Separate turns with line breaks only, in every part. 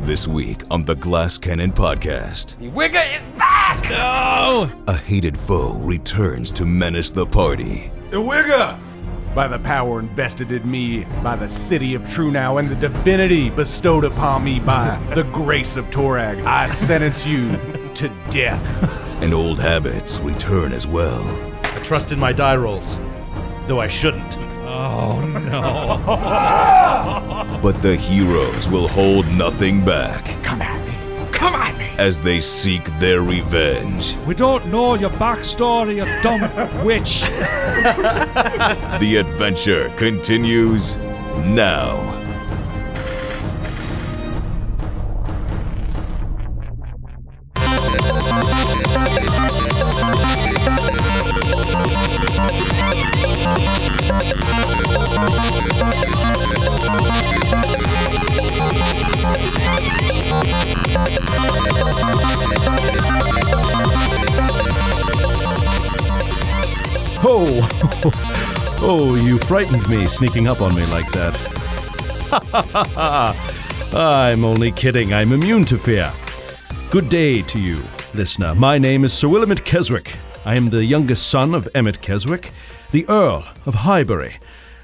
This week on the Glass Cannon Podcast,
The Wigger is back! No!
a hated foe returns to menace the party.
The Wigger! By the power invested in me, by the city of Trunau, and the divinity bestowed upon me by the grace of Torag, I sentence you to death.
And old habits return as well.
I trust in my die rolls, though I shouldn't.
But the heroes will hold nothing back
Come at me. Come at me!
as they seek their revenge.
We don't know your backstory, you dumb witch.
The adventure continues now.
Oh, oh, you frightened me sneaking up on me like that. I'm only kidding. I'm immune to fear. Good day to you, listener. My name is Sir Willamette Keswick. I am the youngest son of Emmett Keswick, the Earl of Highbury,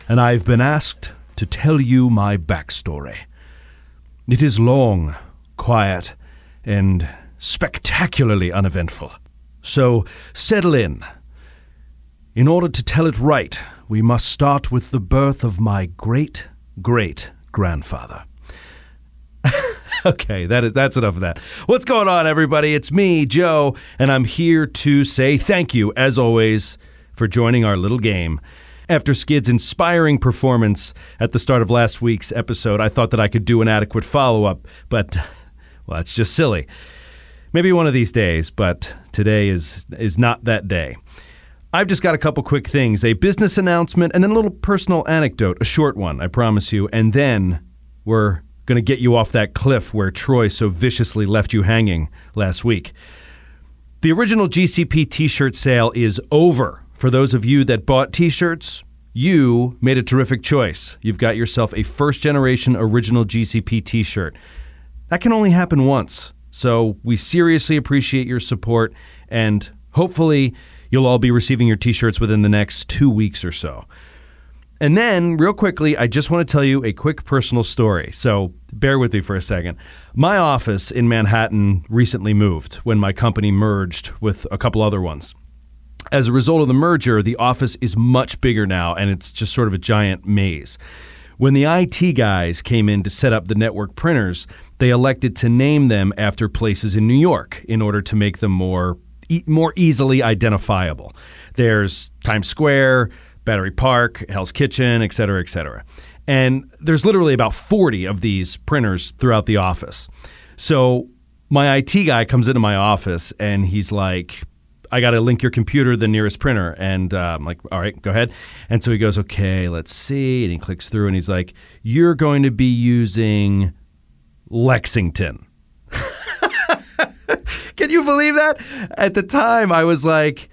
and I've been asked to tell you my backstory. It is long, quiet, and spectacularly uneventful. So settle in. In order to tell it right, we must start with the birth of my great great grandfather. okay, that is, that's enough of that. What's going on, everybody? It's me, Joe, and I'm here to say thank you, as always, for joining our little game. After Skid's inspiring performance at the start of last week's episode, I thought that I could do an adequate follow up, but, well, it's just silly. Maybe one of these days, but today is is not that day. I've just got a couple quick things, a business announcement and then a little personal anecdote, a short one, I promise you, and then we're going to get you off that cliff where Troy so viciously left you hanging last week. The original GCP t shirt sale is over. For those of you that bought t shirts, you made a terrific choice. You've got yourself a first generation original GCP t shirt. That can only happen once. So we seriously appreciate your support, and hopefully, you'll all be receiving your t shirts within the next two weeks or so. And then, real quickly, I just want to tell you a quick personal story. So bear with me for a second. My office in Manhattan recently moved when my company merged with a couple other ones. As a result of the merger, the office is much bigger now and it's just sort of a giant maze. When the IT guys came in to set up the network printers, they elected to name them after places in New York in order to make them more e- more easily identifiable. There's Times Square, Battery Park, Hell's Kitchen, et cetera, et cetera. And there's literally about 40 of these printers throughout the office. So my IT guy comes into my office and he's like, I got to link your computer to the nearest printer. And uh, I'm like, all right, go ahead. And so he goes, okay, let's see. And he clicks through and he's like, you're going to be using Lexington. Can you believe that? At the time, I was like,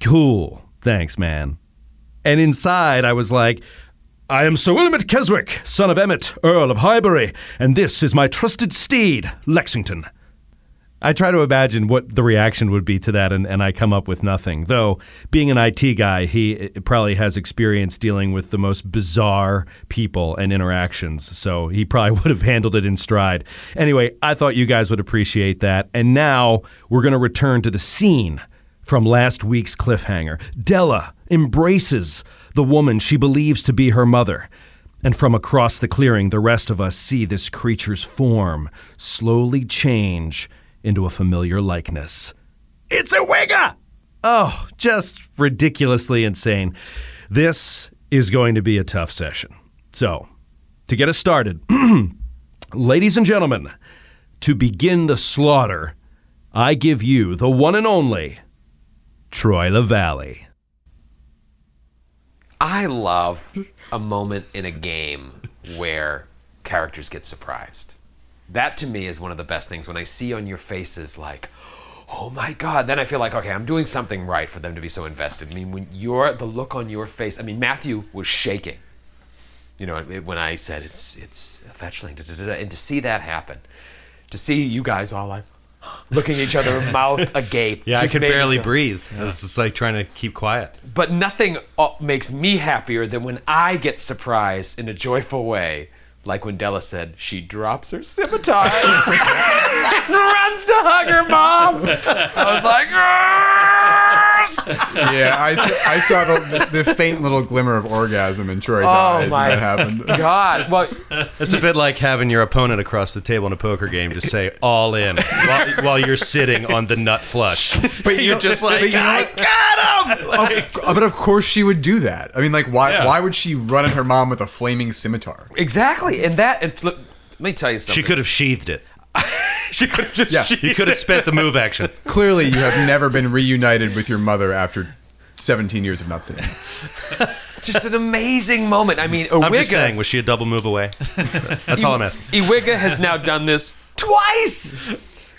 cool, thanks, man. And inside, I was like, I am Sir Willamette Keswick, son of Emmet, Earl of Highbury, and this is my trusted steed, Lexington. I try to imagine what the reaction would be to that, and, and I come up with nothing. Though, being an IT guy, he eh, probably has experience dealing with the most bizarre people and interactions, so he probably would have handled it in stride. Anyway, I thought you guys would appreciate that. And now we're going to return to the scene from last week's cliffhanger. Della embraces the woman she believes to be her mother. And from across the clearing, the rest of us see this creature's form slowly change into a familiar likeness. It's a wigger! Oh, just ridiculously insane. This is going to be a tough session. So, to get us started, ladies and gentlemen, to begin the slaughter, I give you the one and only Troy LaValley.
I love a moment in a game where characters get surprised. That to me is one of the best things when I see on your faces, like, oh my God. Then I feel like, okay, I'm doing something right for them to be so invested. I mean, when you're the look on your face, I mean, Matthew was shaking. You know, it, when I said it's it's a fetchling, da, da, da, da, and to see that happen, to see you guys all like looking at each other, mouth agape.
Yeah,
just
I could
made me
barely
so-
breathe. I was just like trying to keep quiet.
But nothing uh, makes me happier than when I get surprised in a joyful way. Like when Della said she drops her scimitar and runs to hug her mom. I was like, "Yes!"
Yeah, I, s- I saw the, the faint little glimmer of orgasm in Troy's
oh
eyes
my
when that happened.
god! Well,
It's a bit like having your opponent across the table in a poker game just say all in while, while you're sitting on the nut flush.
But you
you're
know-
just
but
like,
you know
I
what?
got him!
Of- but of course she would do that. I mean, like, why why would she run at her mom with a flaming scimitar?
exactly, and that. And look, let me tell you something.
She could have sheathed it.
She could have just.
Yeah.
You could have spent the move action.
Clearly, you have never been reunited with your mother after 17 years of not seeing. her.
Just an amazing moment. I mean, Iwiga.
I'm just saying, was she a double move away? That's all I'm asking.
Iwiga has now done this twice.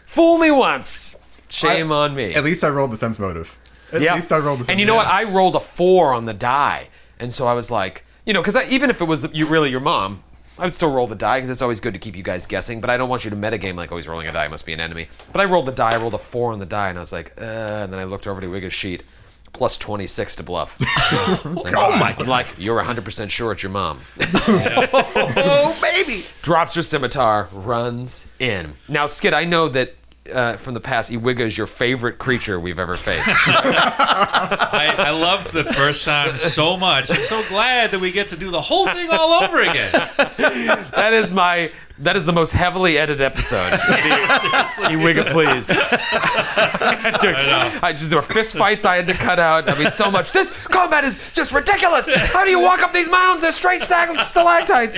Fool me once. Shame
I-
on me.
At least I rolled the sense motive. At
Yeah.
least I rolled the sense
And you know what? I rolled a four on the die, and so I was like, you know, because even if it was you, really your mom, I would still roll the die because it's always good to keep you guys guessing. But I don't want you to metagame like, oh, he's rolling a die, must be an enemy. But I rolled the die. I rolled a four on the die, and I was like, uh, and then I looked over to Wigga's sheet. Plus 26 to bluff. oh my God. I'm like, you're 100% sure it's your mom. oh, baby. Drops her scimitar, runs in. Now, Skid, I know that uh, from the past, Iwiga is your favorite creature we've ever faced.
I, I loved the first time so much. I'm so glad that we get to do the whole thing all over again.
that is my that is the most heavily edited episode. you wiggle, please. I, took- I just there were fist fights I had to cut out. I mean, so much. This combat is just ridiculous. How do you walk up these mounds? They're straight stacked stalactites.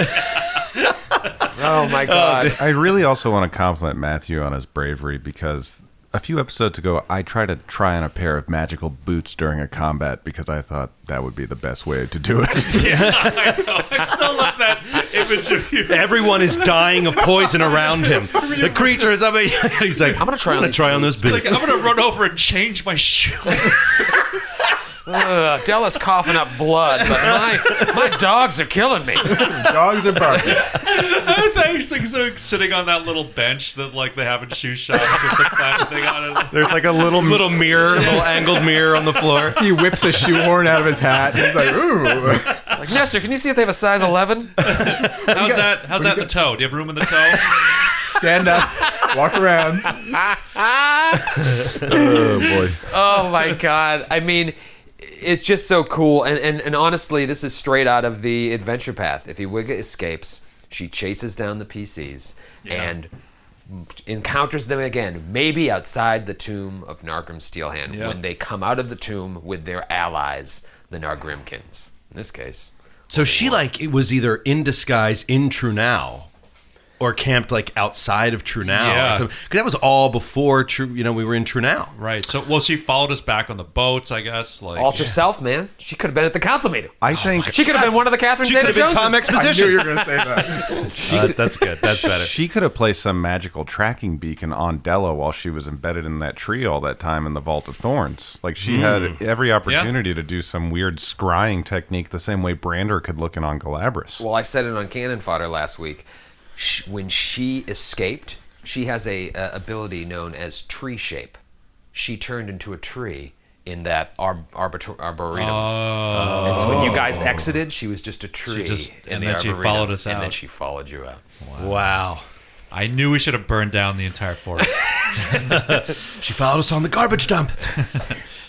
oh my god!
I really also want to compliment Matthew on his bravery because a few episodes ago, I tried to try on a pair of magical boots during a combat because I thought that would be the best way to do it.
I still love that image of you.
Everyone is dying of poison around him. The creature is up. He's like, I'm
gonna try on
gonna
these
try on those boots.
Like, I'm gonna run over and change my shoes.
Ugh, Della's coughing up blood, but my my dogs are killing me.
Dogs are barking.
I thought he was like, sort of sitting on that little bench that like they have in shoe shops with the clown thing on it.
There's like a little.
little mirror, little angled mirror on the floor.
He whips a shoehorn out of his hat. He's like, ooh.
Like Nestor, can you see if they have a size 11?
How's that? How's that in the toe? Do you have room in the toe?
Stand up, walk around.
boy.
oh my god i mean it's just so cool and, and and honestly this is straight out of the adventure path if iwiga escapes she chases down the pcs and encounters them again maybe outside the tomb of nargrim steelhand when they come out of the tomb with their allies the nargrimkins in this case
So she like it was either in disguise in True Now or camped like outside of True Now.
Yeah.
Because that was all before True. You know, we were in True Now.
Right. So, well, she followed us back on the boats, I guess. Like,
alter self man she could have been at the council meeting
I think
she could have been one of the Catherine
She could have been
Zeta-Joneses.
Tom
I knew
Exposition.
you were going to say that.
Uh, that's good. That's better.
she could have placed some magical tracking beacon on Della while she was embedded in that tree all that time in the Vault of Thorns. Like she had every opportunity to do some weird scrying technique, the same way Brander could look in on Galabras.
Well, I said it on Cannon Fodder last week. Sh when she escaped, she has a uh, ability known as tree shape. She turned into a tree in that ar- arbiter- arboretum. And so when you guys exited, she was just a tree.
just-
in
and
the
then Oh. she
arboretum,
followed us
And then
out.
she followed you out.
Wow.
I knew we should have burned down the entire forest.
She followed us on the garbage dump.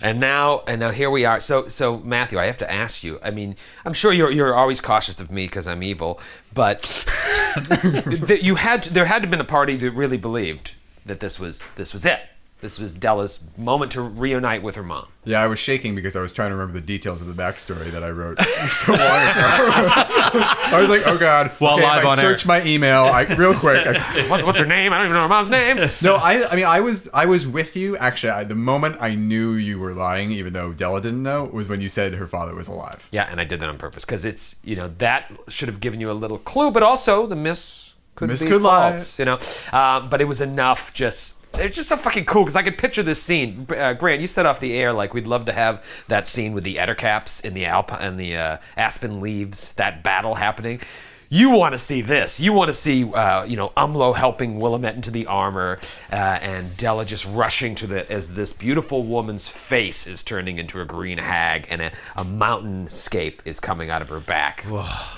And now, and now here we are. So, so Matthew, I have to ask you. I mean, I'm sure you're you're always cautious of me because I'm evil, but that you had there had to been a party that really believed that this was this was it. This was Della's moment to reunite with her mom.
Yeah, I was shaking because I was trying to remember the details of the backstory that I wrote so long ago. I was like, oh god.
While
Okay,
live
if I
on air.
search my email I, real quick. I-
What's, what's her name? I don't even know her mom's name.
no, I, I mean, I was, I was with you actually. I, the moment I knew you were lying, even though Della didn't know, was when you said her father was alive.
Yeah, and I did that on purpose because it's you know that should have given you a little clue, but also the miscommunication could
Miss
be
could lie.
false, you know. Um, but it was enough. Just it's just so fucking cool because I could picture this scene. Uh, Grant, you said off the air like we'd love to have that scene with the edder caps in the alp and the uh, aspen leaves. That battle happening. You want to see this. You want to see, uh, you know, Umlo helping Willamette into the armor, uh, and Della just rushing to the as this beautiful woman's face is turning into a green hag, and a, a mountainscape is coming out of her back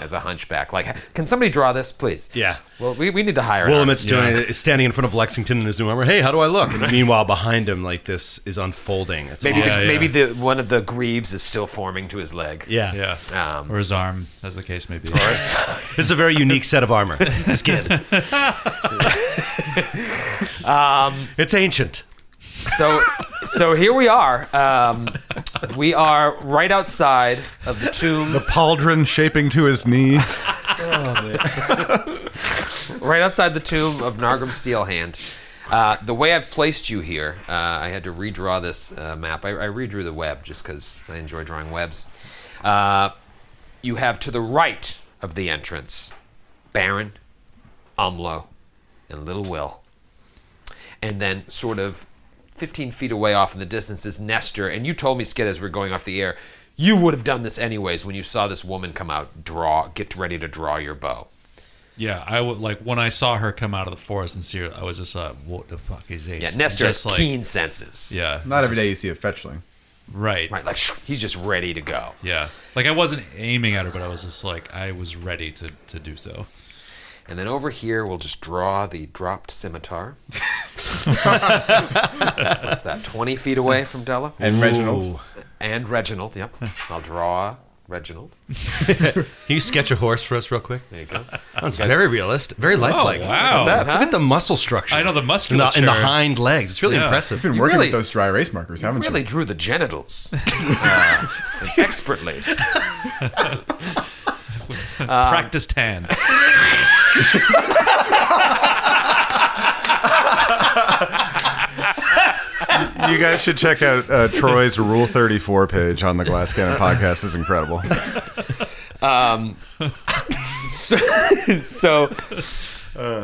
as a hunchback. Like, can somebody draw this, please?
Yeah.
Well, we, we need to hire. an
Willamette's
artist.
doing, is standing in front of Lexington in his new armor. Hey, how do I look? And meanwhile, behind him, like this is unfolding. It's
Maybe
awesome.
this-
yeah.
maybe the one of the greaves is still forming to his leg.
yeah.
Yeah.
Um,
or his arm, as the case may be.
This is a very unique set of armor. Skin. it's ancient.
So so here we are. Um, we are right outside of the tomb.
Pauldron shaping to his knee.
right outside the tomb of Nargrim Steelhand. Uh, the way I've placed you here, uh, I had to redraw this uh, map. I, I redrew the web just because I enjoy drawing webs. Uh, you have to the right of the entrance Baron, Umlo, and Little Will. And then, sort of 15 feet away off in the distance, is Nestor. And you told me, Skid, as we are going off the air, you would have done this anyways when you saw this woman come out, draw, get ready to draw your bow.
Yeah, I would like when I saw her come out of the forest and see her. I was just like, "What the fuck is this?"
Yeah, Nestor
Just
has keen senses.
Yeah,
Not every day you see a fetchling.
right.
Right, like shh, he's just ready to go.
Yeah, like I wasn't aiming at her, but I was just like, I was ready to to do so.
And then over here, we'll just draw the dropped scimitar. What's that, 20 feet away from Della?
And Reginald.
And Reginald, yep. I'll draw Reginald.
Can you sketch a horse for us real quick?
There you go.
Sounds very realistic, very lifelike.
wow.
Oh, Look at,
that, huh?
Look at the muscle structure.
I know, the
In
musculature.
in the hind legs. It's really impressive.
You've been working
really-
with those dry erase markers, haven't
Really
you?
drew the genitals uh, expertly.
Practiced hand.
You guys should check out uh, Troy's Rule 34 page on the Glass Cannon podcast. is incredible.
So, so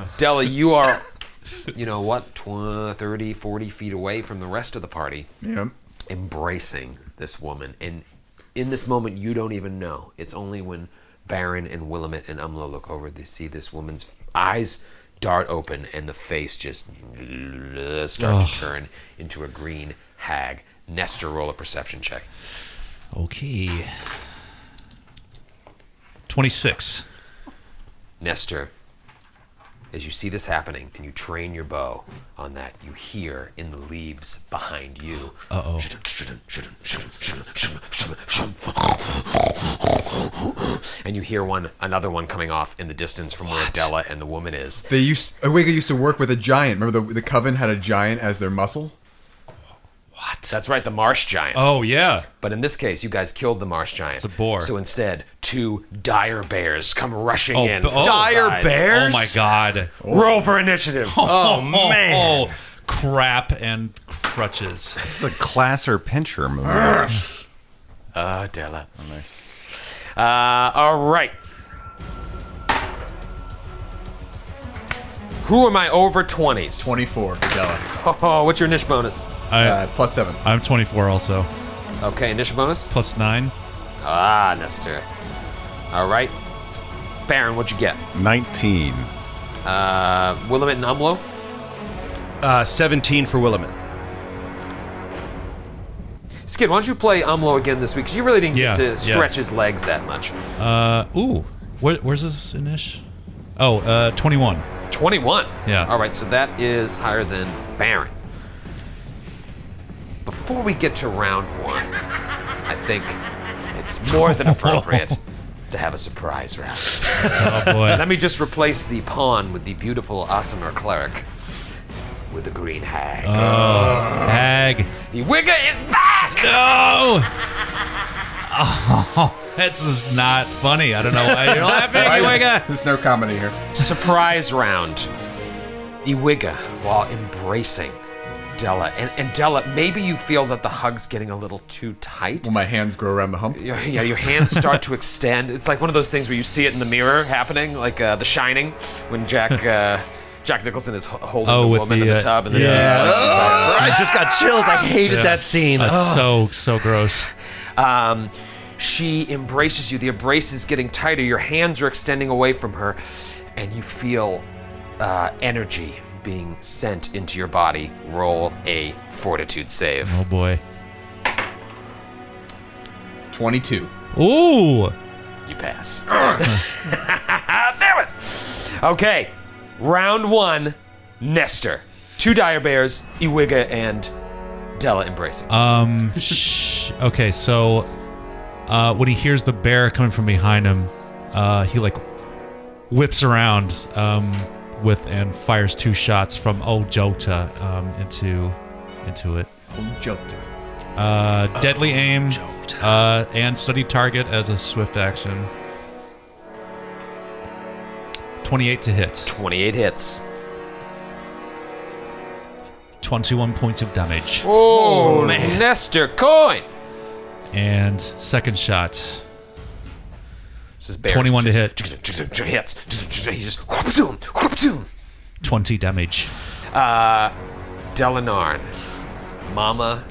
Della, you are, you know what, tw- 30, 40 feet away from the rest of the party.
Yeah.
embracing this woman. And in this moment, you don't even know. It's only when Baron and Willamette and Umlo look over, they see this woman's eyes dart open and the face just start to turn into a green hag. Nestor, roll a perception check.
Okay. Twenty six.
Nestor, as you see this happening and you train your bow on that, you hear in the leaves behind you. Uh oh. And you hear one, another one coming off in the distance from where Della and the woman is.
They used Oega used to work with a giant. Remember the the coven had a giant as their muscle?
That's right, the marsh giant.
Oh yeah.
But in this case, you guys killed the marsh giant. It's
a boar.
So instead, two dire bears come rushing
Oh,
in.
b- oh.
dire bears.
Oh my god.
Roll for initiative.
Oh, man. Oh, crap and crutches.
It's the classer pincher movie.
Uh, Della. Uh, all right. Who am I over 20s?
Twenty four for Della.
Oh, what's your niche bonus?
I
Uh, plus seven.
I'm 24 also.
Okay, niche bonus?
Plus 9.
Ah, Nestor. All right. Baron, what'd you get?
19.
Uh, Willamette and Umlo?
Uh, 17 for Willamette.
Skid, why don't you play Umlo again this week? Because you really didn't
Yeah,
get
yeah.
to stretch his legs that much.
Uh ooh. Where, where's this Inish? Oh, uh 21.
21.
Yeah.
All right, so that is higher than Baron. Before we get to round one, I think it's more than appropriate to have a surprise round.
Oh boy.
Let me just replace the pawn with the beautiful Osimer cleric with the green hag.
Uh. Hag.
the Wigger is back!
No. Oh, this is not funny. I don't know why you're laughing, you wigger.
There's no comedy here.
Surprise round. Iwiga, while embracing Della. And, and Della, maybe you feel that the hug's getting a little too tight.
Will my hands grow around the hump?
Your, yeah, your hands start to extend. It's like one of those things where you see it in the mirror happening, like uh, The Shining, when Jack uh, Jack Nicholson is ho- holding
Oh,
the
with
woman
the,
in
uh,
the tub, and then
yeah.
yeah.
I just got chills. I hated that scene.
That's
Ugh.
so so gross.
Um, she embraces you. The embrace is getting tighter. Your hands are extending away from her, and you feel uh, energy being sent into your body. Roll a fortitude save.
Oh boy.
22.
Ooh.
You pass. Damn it! Okay, round one Nestor. Two dire bears, Iwiga and Della embracing.
Uh,
Um. sh- okay. So, uh, when he hears the bear coming from behind him, uh, he like whips around um, with and fires two shots from old Jota um, into into it.
Jota.
Uh, deadly aim uh, and study target as a swift action. Twenty-eight to hit.
28 hits.
Twenty-one points of damage.
Oh, Nestor coin!
And second shot.
This is bears.
21 to hit.
Hits. He's just. whoop-a-doom, whoop-a-doom.
Twenty damage.
Delanarn, Mama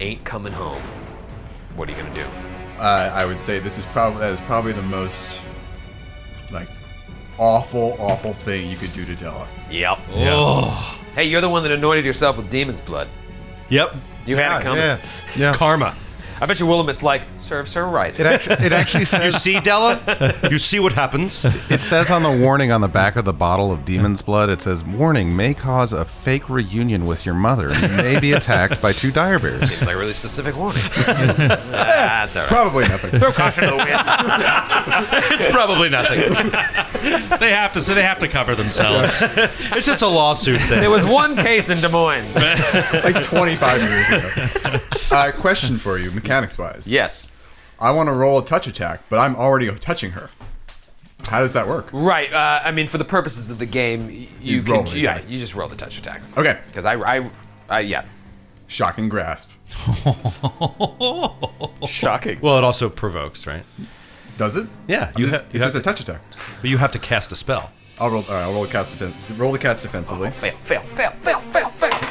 ain't coming home. What are you gonna do?
Uh, I would say this is probably that is probably the most like awful, awful thing you could do to Della.
Yep.
Oh.
Hey, you're the one that anointed yourself with demon's blood.
Yep.
You had it coming.
Ah, yeah. yeah.
Karma.
I bet you Willamette's like serves her right.
It actually, it actually
You
says
see, Della? You see what happens?
it says on the warning on the back of the bottle of demon's blood. It says warning may cause a fake reunion with your mother. You may be attacked by two dire bears.
It's like a really specific warning. That's all right.
Probably nothing.
Throw caution to the wind.
It's probably nothing.
They have to. So they have to cover themselves.
It's just a lawsuit
There
thing.
was one case in Des Moines.
like 25 years ago. Uh, question for you, mechanics wise.
yes.
I want to roll a touch attack, but I'm already touching her. How does that work?
Right. Uh, I mean, for the purposes of the game, y- you,
You
can.
roll the
yeah,
attack.
you just roll the touch attack.
Okay.
Because I, I, I, yeah.
Shock and grasp.
Oh, Shocking.
Well, it also provokes, right?
Does it? Uh,
Yeah,
You
you
just,
ha- you
it's
have
just a touch attack.
But you have to cast a spell.
I'll roll. All right, I'll roll a cast defen- Roll the cast defensively.
Oh.
Fail. Fail. Fail. Fail. Fail. Fail.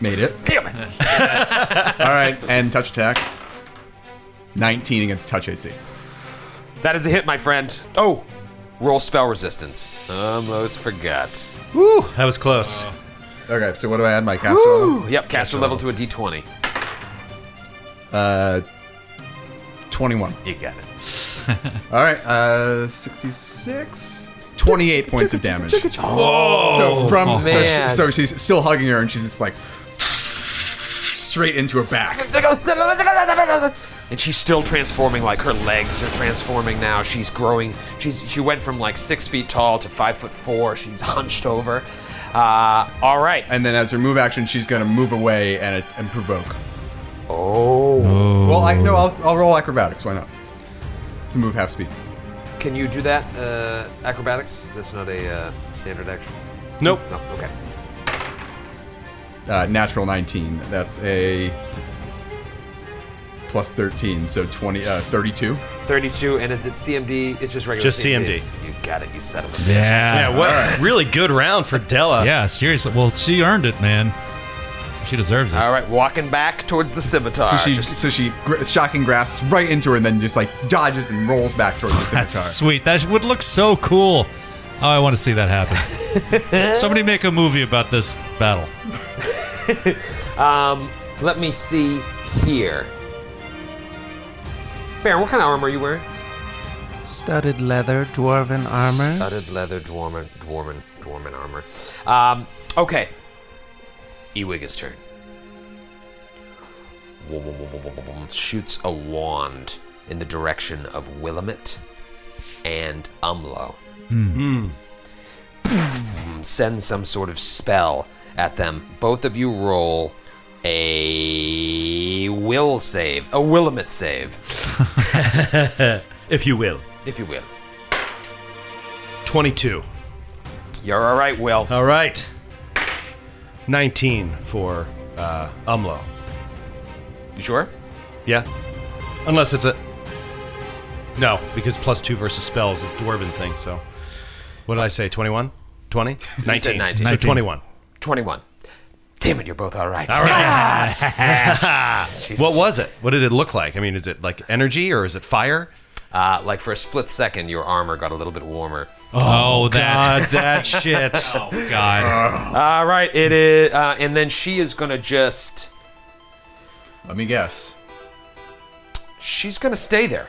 Made it.
Damn it.
All right, and touch attack. 19 against touch AC.
That is a hit, my friend. Oh, roll spell resistance. Almost forgot.
That was close.
Okay, so what do I add my caster level?
Yep, caster level to a d20.
Uh, 21.
You got it.
All right, uh, 66. 28 points of damage. So from so,
man.
she, so she's still hugging her, and she's just like straight into her back.
And she's still transforming. Like her legs are transforming now. She's growing. She's she went from like six feet tall to five foot four. She's hunched over. Uh, all right.
And then as her move action, she's gonna move away and and provoke.
Oh,
Well, I no, I'll, I'll roll acrobatics. Why not? To move half speed.
can you do that? Uh, acrobatics. That's not a uh, standard action.
Nope.
No. Okay.
Uh, natural 19. That's a plus 13, so 20, uh, 32.
Thirty-two, and is it CMD? It's just regular.
Just CMD.
You got it. You settled it.
Yeah.
Yeah, what really good round for Della.
Yeah, seriously. Well, she earned it, man. She deserves it.
All right, walking back towards the scimitar.
So she,
Just-
so she gr- shocking grasps right into her and then just like dodges and rolls back towards the
That's
scimitar.
sweet. That would look so cool. Oh, I want to see that happen. Somebody make a movie about this battle.
let me see here. Baron, what kind of armor are you wearing?
Studded leather, dwarven armor.
Studded leather, dwarven, dwarven, dwarven armor. Um, okay. Ewig's turn. Wom, wom, wom, wom, wom, wom, wom. Shoots a wand in the direction of Willamette and Umlo. Mm. Send some sort of spell at them. Both of you roll a will save, a Willamette save,
If you will.
if you will.
22.
You're all right, Will.
All right. 19 for uh, Umlo.
You sure?
Yeah. Unless it's a. No, because plus two versus spells is a dwarven thing, so. What did I say? 21? 20? 19.
said 19.
So 21.
21. Damn it, you're both all right.
All right.
Jesus.
what was it? What did it look like? I mean, is it like energy or is it fire?
Uh, like for a split second, your armor got a little bit warmer.
Oh, that-
God, that shit.
Oh, God.
All right, it is, uh, and then she is gonna just.
Let me guess.
She's gonna stay there.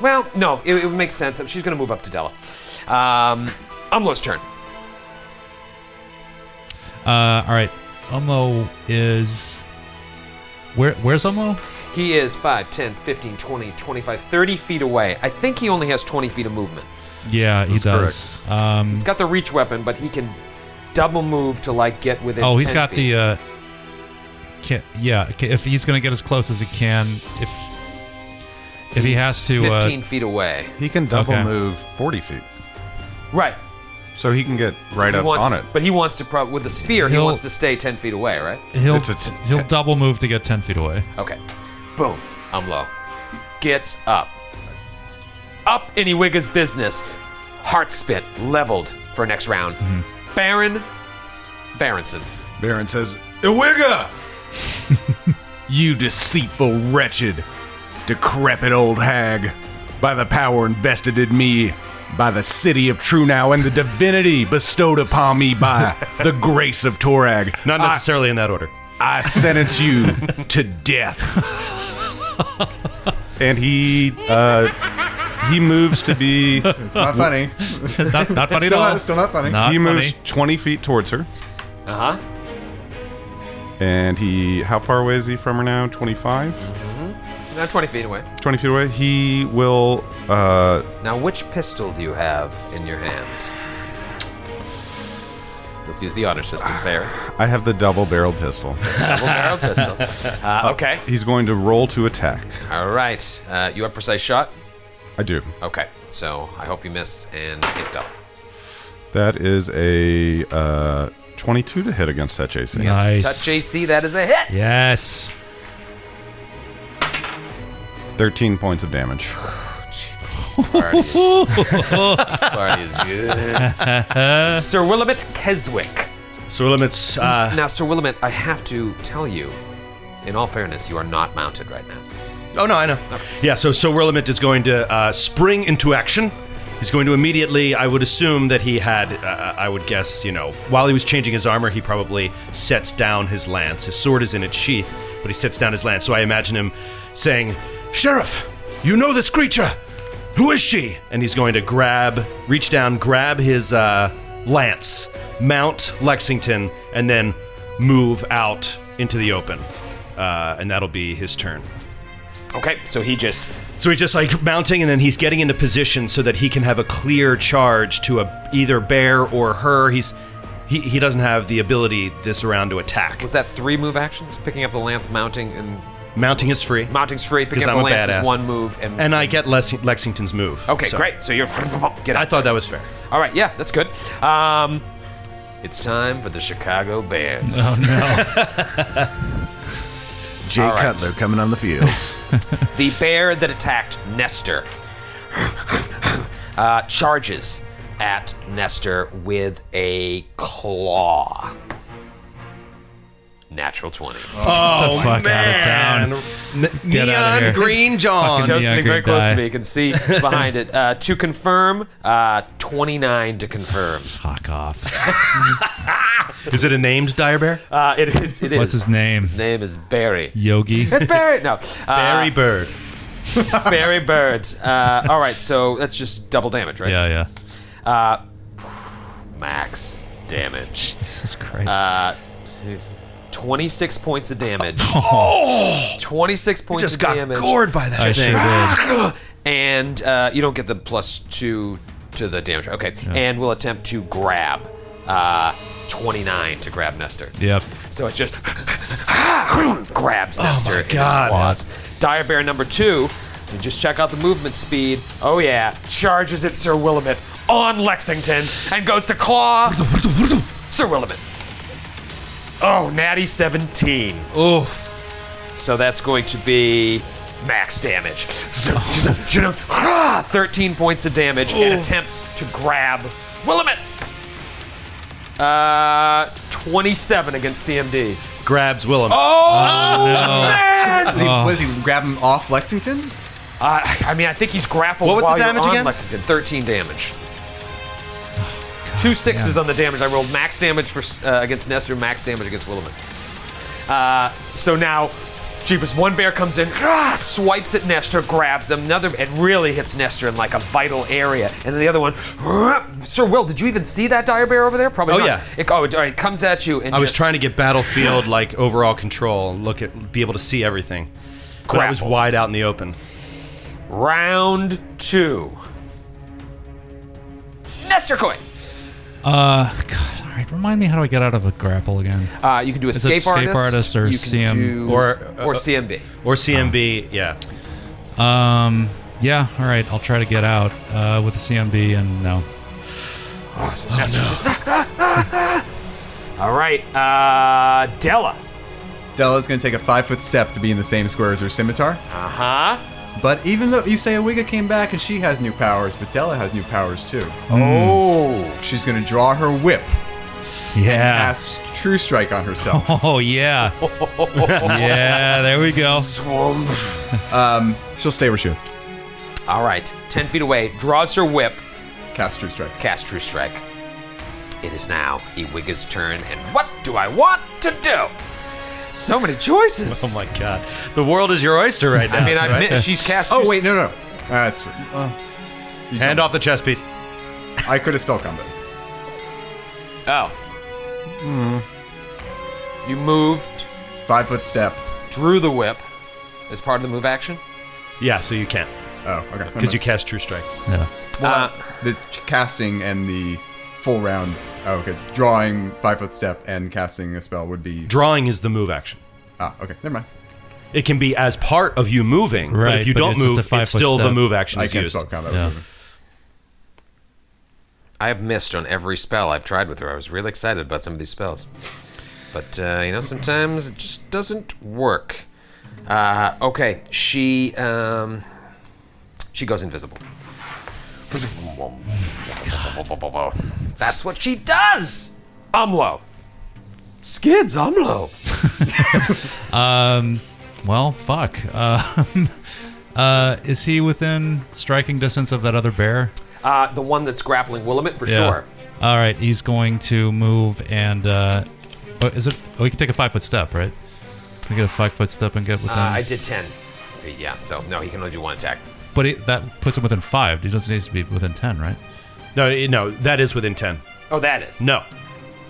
Well, no, it, it would make sense. She's gonna move up to Della. Um, Umlo's turn.
Uh, all right. Umlo is. Where? Where's Umlo?
He is 5, 10, 15, 20, 25, 30 feet away. I think he only has 20 feet of movement.
Yeah, he does. Um,
He's got the reach weapon, but he can double move to like get within.
oh, he's
10
got
feet.
the. Uh, can, yeah, ca- if he's gonna get as close as he can, if if he
He's
has to, uh,
15 feet away.
He can double
Okay.
move 40 feet.
Right.
So he can get right
He
up
wants-
on it.
But he wants to prob with the spear. He
He'll-
wants to stay 10 feet away, right?
he'll
It's a t-
he'll double move to get ten feet away.
Okay. Boom. I'm low. Gets up. Up in Iwiga's business. Heart spit leveled for next round. Baron Baronson.
Baron says,
Iwiga! you deceitful, wretched, decrepit old hag. By the power invested in me, by the city of Trunau, and the divinity bestowed upon me by the grace of Torag,
Not
I-
necessarily in that order.
I sentence you to death.
and he uh, he moves to be
It's not funny.
Not, not funny at
still,
all.
not, still not funny.
Not
he moves
funny.
20 feet towards her.
Uh huh.
And he, how far away is he from her now? 25?
Now 20 feet away.
20 feet away. He will. Uh,
Now, which pistol do you have in your hand? Let's use the honor system there.
I have the double barreled pistol.
Double barrel pistol. Uh, okay.
He's going to roll to attack.
All right. Uh, you have precise shot?
I do.
Okay. So I hope you miss and hit double.
That is a uh, 22 to hit against that JC.
Nice.
Touch JC, that is a hit.
Yes.
13 points of damage.
Party is, party is good. Sir Willamette Keswick.
So limits. Uh,
Now, Sir Willamette, I have to tell you, in all fairness, you are not mounted right now.
Oh no, I know. Yeah, so so Wirlamint is going to uh, spring into action. He's going to immediately. I would assume that he had. Uh, I would guess. You know, while he was changing his armor, he probably sets down his lance. His sword is in its sheath, but he sets down his lance. So I imagine him saying, "Sheriff, you know this creature. Who is she?" And he's going to grab, reach down, grab his uh, lance, mount Lexington, and then move out into the open. Uh, and that'll be his turn.
Okay, so he just
So he's just like mounting, and then he's getting into position so that he can have a clear charge to a, either bear or her. He's he, he doesn't have the ability this round to attack.
was that three move actions, picking up the lance, mounting, and
Mounting is free,
mounting's free, picking
Because
up
I'm
the
a
lance
badass.
is one move, and
and I get Les- Lexington's move.
okay,
So
great. So you're get
I
out.
thought that was fair.
All right, yeah, that's good. Um, it's time for the Chicago Bears.
Jay
All right.
Cutler coming on the fields.
The bear that attacked Nestor uh, charges at Nestor with a claw. Natural 20. Oh,
the fuck out of town. Get out of here.
Green John.
Fucking
Joe's
neon
sitting very
green
close
dye.
to me. You can see behind it. Uh, to confirm, uh, 29 to confirm.
Fuck off.
Is it a named dire bear?
Uh, it is. It is.
What's his name?
His name is Barry.
Yogi.
It's Barry. No.
Barry
Uh,
Bird.
Barry Bird. Uh, all right, so that's just double damage, right?
Yeah, yeah.
Max damage.
Jesus Christ.
Uh, 26 points of damage. 26 points
Oh. Just
of
got
damage.
gored by that
I
thing.
sure did.
And uh, you don't get the plus two to the damage. Okay. And we'll attempt to grab uh, 29 to grab Nestor.
Yep.
So it's just grabs Nestor in
Oh God.
its claws. Dire Bear number two, and just check out the movement speed. Oh yeah, charges at Sir Willamette on Lexington and goes to claw Sir Willamette. Oh, natty 17. Oof. So that's going to be max damage. 13 points of damage and attempts to grab Willamette. Uh, 27 against CMD.
Grabs Willem.
Oh, man!
Was he, was he grab him off Lexington?
Uh, I mean, I think he's grappled
What was the
while you're
damage
on
again? Oh,
Lexington. 13 damage. Two sixes on the damage. I rolled max damage for uh, against Nestor, max damage against Williman. Uh, so now, cheapest one bear comes in, ah, swipes at Nestor, grabs him. Another and really hits Nestor in like a vital area. And then the other one, ah, Sir Will, did you even see that dire bear over there? Probably.
Oh,
not.
yeah.
It, oh, it, all right, comes at you and
I was
just
trying to get battlefield like overall control, look at, be able to see everything. But I was
Grapples.
wide out in the open.
round two. Nestor coin.
Uh, God, all right. Remind me how do I get out of a grapple again?
Uh, you can do
Is it
escape,
escape
artist.
artist or
you can
CM?
do-
Or,
or
uh,
CMB.
Or CMB, yeah.
Um, yeah. All right. I'll try to get out uh, with the CMB and no.
Nestor's just, "Ah, ah, ah, ah." All right, uh, Della.
Della's gonna take a five foot step to be in the same square as her scimitar.
Uh huh.
But even though you say Awiga came back and she has new powers, but Della has new powers too.
Oh,
She's gonna draw her whip,
Yeah.
cast True Strike on herself.
Oh yeah. yeah. There we go.
swamp.
She'll stay where she is.
All right, ten feet away, draws her whip,
Cast True Strike.
cast True Strike. It is now Iwiga's turn, and what do I want to do? So many choices.
Oh my god. The world is your oyster right now.
I mean, I
right?
admit she's cast.
Oh
True-
wait, no, no, no. Ah, that's true.
Hand off the chess piece.
I could have spell combo.
Oh.
Hmm.
You moved,
Five foot step.
drew the whip as part of the move action.
Yeah, so you can't.
Oh, okay.
Because you cast True Strike.
Yeah.
Uh,
the casting and the full round. Oh, okay. Drawing five foot step and casting a spell would be.
Drawing is the move action.
Ah, okay. Never mind.
It can be as part of you moving, but
Right,
if you
but
don't
it's just
move,
a
it's,
five-foot
still the
step.
move action
I
is
can't
used.
spell combo.
Yeah.
I have missed on every spell I've tried with her. I was really excited about some of these spells. But, uh, you know, sometimes it just doesn't work. Uh, okay, she, um, she goes invisible. That's what she does! Umlo. Skids, Umlo.
Well, fuck. Uh, uh, is he within striking distance of that other bear?
Uh, the one that's grappling Willamette for sure.
All right. He's going to move and. Uh, oh, is it? Oh, he can take a five foot step, right? We get a five foot step and get within.
Uh, I did 10 feet, yeah, so no, he can only do one attack.
but it, that puts him within five. He doesn't need to be within ten, right?
No, it- no, that is within 10.
Oh, that is.
No.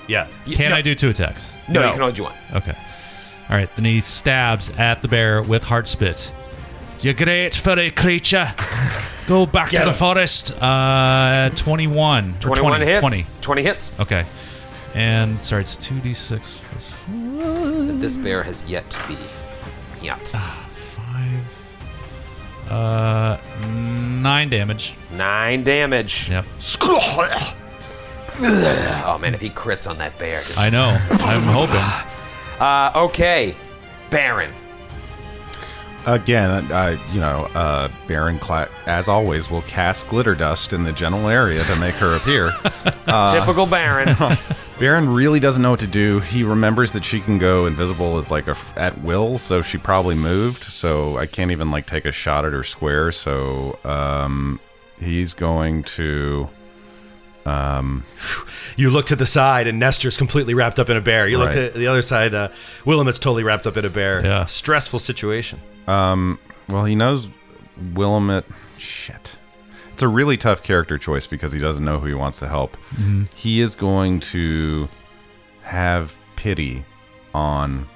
Yeah.
Y-
Can
no,
I do two attacks?
No,
no.
you can only do one.
Okay. All right. Then he stabs at the bear with heart spit. You great furry creature. Go back to the forest. Uh, 21. or
21
20,
hits.
20.
20 hits.
Okay. And sorry, it's 2d6 plus
This bear has yet to be yapped.
5. Uh, 9 damage.
Nine damage.
Yep.
Oh man, if he crits on that bear.
I know. I'm hoping.
Uh, okay, Baron.
Again, I, you know, uh, Baron, Cla- as always, will cast glitter dust in the general area to make her appear.
Uh.
Typical Baron.
Baron really doesn't know what to do. He remembers that she can go invisible as like a, at will, so she probably moved. So I can't even like take a shot at her square. So um, he's going to.
You look to the side, and Nestor's completely wrapped up in a bear. You look
Right.
to the other side, uh, Willamette's totally wrapped up in a bear.
Yeah.
Stressful situation.
Well, he knows Willamette. Shit. It's a really tough character choice because he doesn't know who he wants to help. He is going to have pity on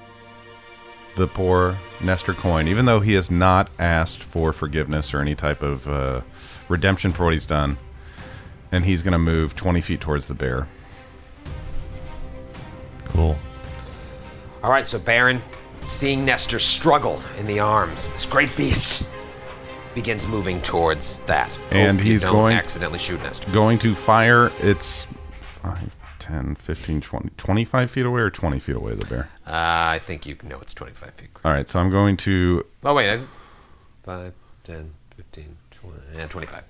the poor Nestor Coin, even though he has not asked for forgiveness or any type of uh, redemption for what he's done. And he's going to move 20 feet towards the bear.
Cool.
All right, so Baron, seeing Nestor struggle in the arms of this great beast, begins moving towards that.
And
Hope you
he's
don't
going-
accidentally shoot Nestor.
Going to fire its 5, 10, 15, 20, 25 feet away or 20 feet away of the bear?
Uh, I think you know it's 25 feet.
All right, so I'm going to
Oh, wait. Is 5, 10, 15, 20, yeah, 25.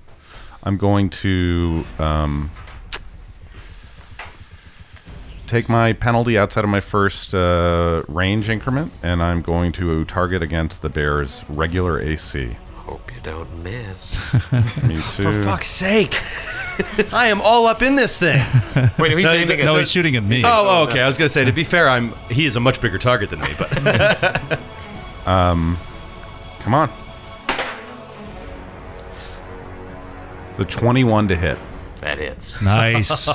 I'm going to um, take my penalty outside of my first uh, range increment, and I'm going to target against the bear's regular AC.
Hope you don't miss.
Me too.
For fuck's sake! I am all up in this thing.
Wait, he's
No,
aiming
no,
at
no,
the-
he's shooting
at me.
Oh, oh, okay. I was gonna say to be fair, I'm he is a much bigger target than me, but
Um, come on. The 21 to hit,
That hits.
Nice.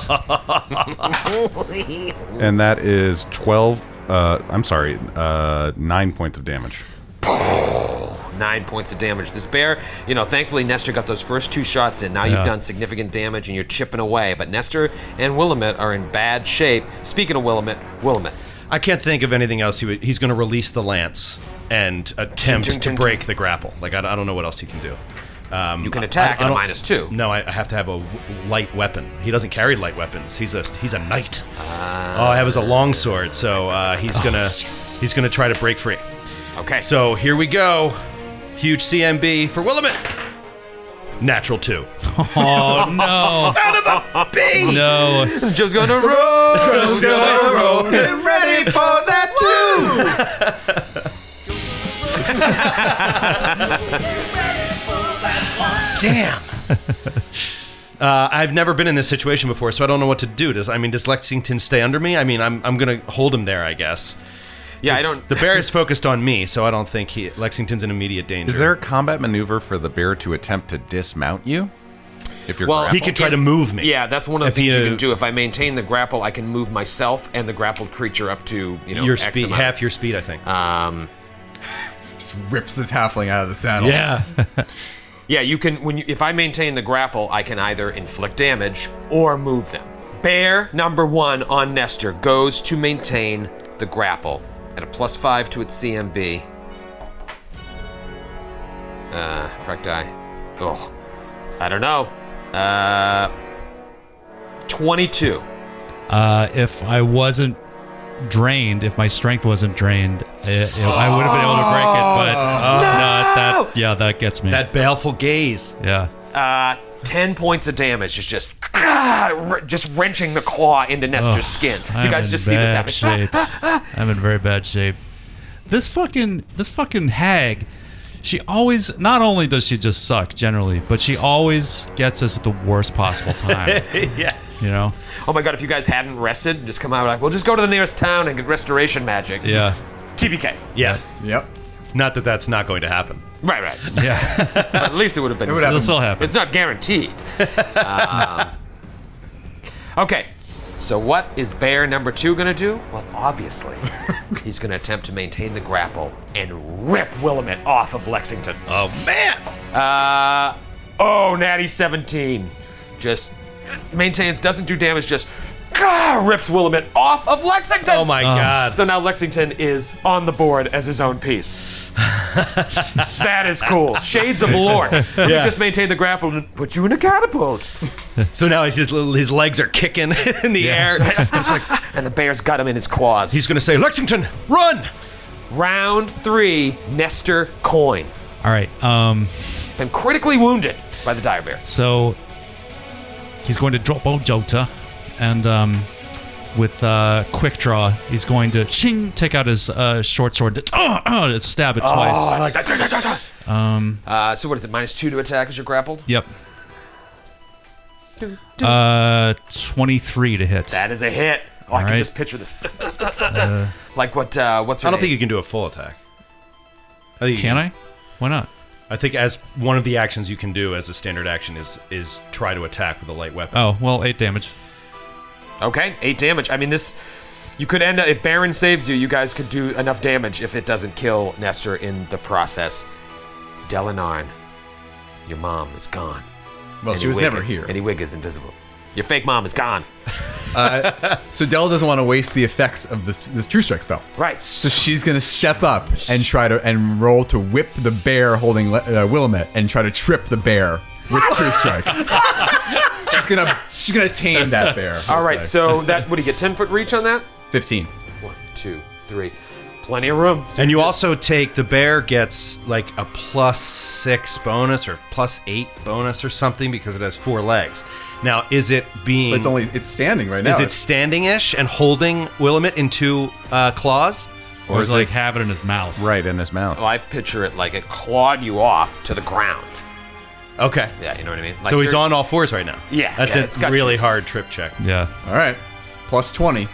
and that is 12. Uh, I'm sorry, uh, nine points of damage.
Nine points of damage. This bear, you know, thankfully Nestor got those first two shots in. Now
Yeah.
you've done significant damage and you're chipping away. But Nestor and Willamette are in bad shape. Speaking of Willamette, Willamette.
I can't think of anything else. He would, he's gonna release the lance and attempt
Ching,
to
ching,
break the grapple. Like I, don't- I don't know what else he can do. Um,
You can attack at a minus
two. No, I, I have to have a w- light weapon. He doesn't carry light weapons. He's a he's a knight.
Ah.
All I have is a long sword, so uh,
Oh,
he's gonna he's gonna try to break free.
Okay.
So here we go. Huge CMB for Willamette. Natural two.
Oh no!
Son of a
bitch! No.
Joe's gonna roll.
Joe's
gonna roll.
Get ready for that
too.
Damn. Uh, I've never been in this situation before, so I don't know what to do. Does I mean, does Lexington stay under me? I mean, I'm I'm gonna hold him there, I guess.
Yeah, I
'Cause
don't-
The bear is focused on me, so I don't think he Lexington's in immediate danger.
Is there a combat maneuver for the bear to attempt to dismount you? If you're
Well,
grappled?
Yeah, that's one of the
If
things
he,
you
uh,
can do. If I maintain the grapple, I can move myself and the grappled creature up to you know
your
X
speed,
amount.
half your speed, I think.
Um,
just rips this halfling out of the saddle.
Yeah.
Yeah, you can. When you, if I maintain the grapple, I can either inflict damage or move them. Bear number one on Nestor goes to maintain the grapple at a plus five to its CMB. Uh, fract die. Oh, I don't know. Uh, twenty-two.
Uh, if I wasn't drained, if my strength wasn't drained, i I would have been able to break it. But uh, no, that yeah, that gets me.
Oh. That baleful gaze.
Yeah.
Uh, ten points of damage is just. ah, wr- just wrenching the claw into Nestor's
Ugh,
skin. You
I'm
guys
in
just see this
bad
happen. Ah,
shape. I'm in very bad shape. This fucking this fucking hag. She always not only does she just suck generally, but she always gets us at the worst possible time.
yes.
You know?
Oh my god, if you guys hadn't rested, just come out like, well, just go to the nearest town and get restoration magic.
Yeah.
TBK.
Yeah.
Yep.
Not that that's not going to happen.
Right, right.
Yeah.
But at least it would have been.
It would It'll happen. still happen.
It's not guaranteed. Um, okay. So what is bear number two gonna do? Well, obviously, he's gonna attempt to maintain the grapple and rip Willamette off of Lexington.
Oh man!
Uh, oh, Natty 17 just maintains, doesn't do damage, just ah, rips Willamette off of Lexington.
Oh my Oh. God.
So now Lexington is on the board as his own piece. that is cool. Shades of Lore. We
Yeah.
just maintain the grapple and put you in a catapult.
So now he's just his legs are kicking in the air. It's like,
and the bear's got him in his claws. He's
gonna say, Lexington, run!
Round three, Nestor Coin.
All right. Um.
Been critically wounded by the dire bear.
So he's going to drop old Jota, and um, with uh, quick draw, he's going to ching take out his uh, short sword. Oh, oh, stab it twice.
Oh, I like that.
Um.
Uh, so what is it? Minus two to attack as you're grappled.
Yep. Uh, twenty-three to hit.
That is a hit. Oh, I
All
can
right.
just picture this. like what? Uh, what's her
I don't think
name?
you can do a full attack. I think you
Can I? Why not?
I think as one of the actions you can do as a standard action is is try to attack with a light weapon.
Oh well, eight damage.
Okay, eight damage. I mean, this. You could end up if Baron saves you. You guys could do enough damage if it doesn't kill Nestor in the process. Delanarn, your mom is gone.
Well, Oh, she
Any
was
wig-
never here.
Any wig is invisible. Your fake mom is gone.
Uh, so Dell doesn't want to waste the effects of this this true strike spell.
Right.
So she's gonna step up and try to and roll to whip the bear holding Le- uh, Willamette and try to trip the bear with true strike.
She's
gonna she's gonna tame that bear.
All right, so that what do you get? Ten foot reach on that?
Fifteen.
One, two, three. Plenty of room.
and you also take the bear gets like a plus six bonus or plus eight bonus or something because it has four legs. Now, is it being?
It's only- it's standing right now.
Is it standing-ish and holding Willamette in two uh, claws,
Or is it like have it in his mouth?
Right in his mouth.
Oh, I picture it like it clawed you off to the ground.
Okay.
Yeah, you know what I mean. Like
so he's
you're-
on all fours right now.
Yeah,
that's
yeah,
a
it's got
really
you.
hard trip check.
Yeah.
All right, plus twenty.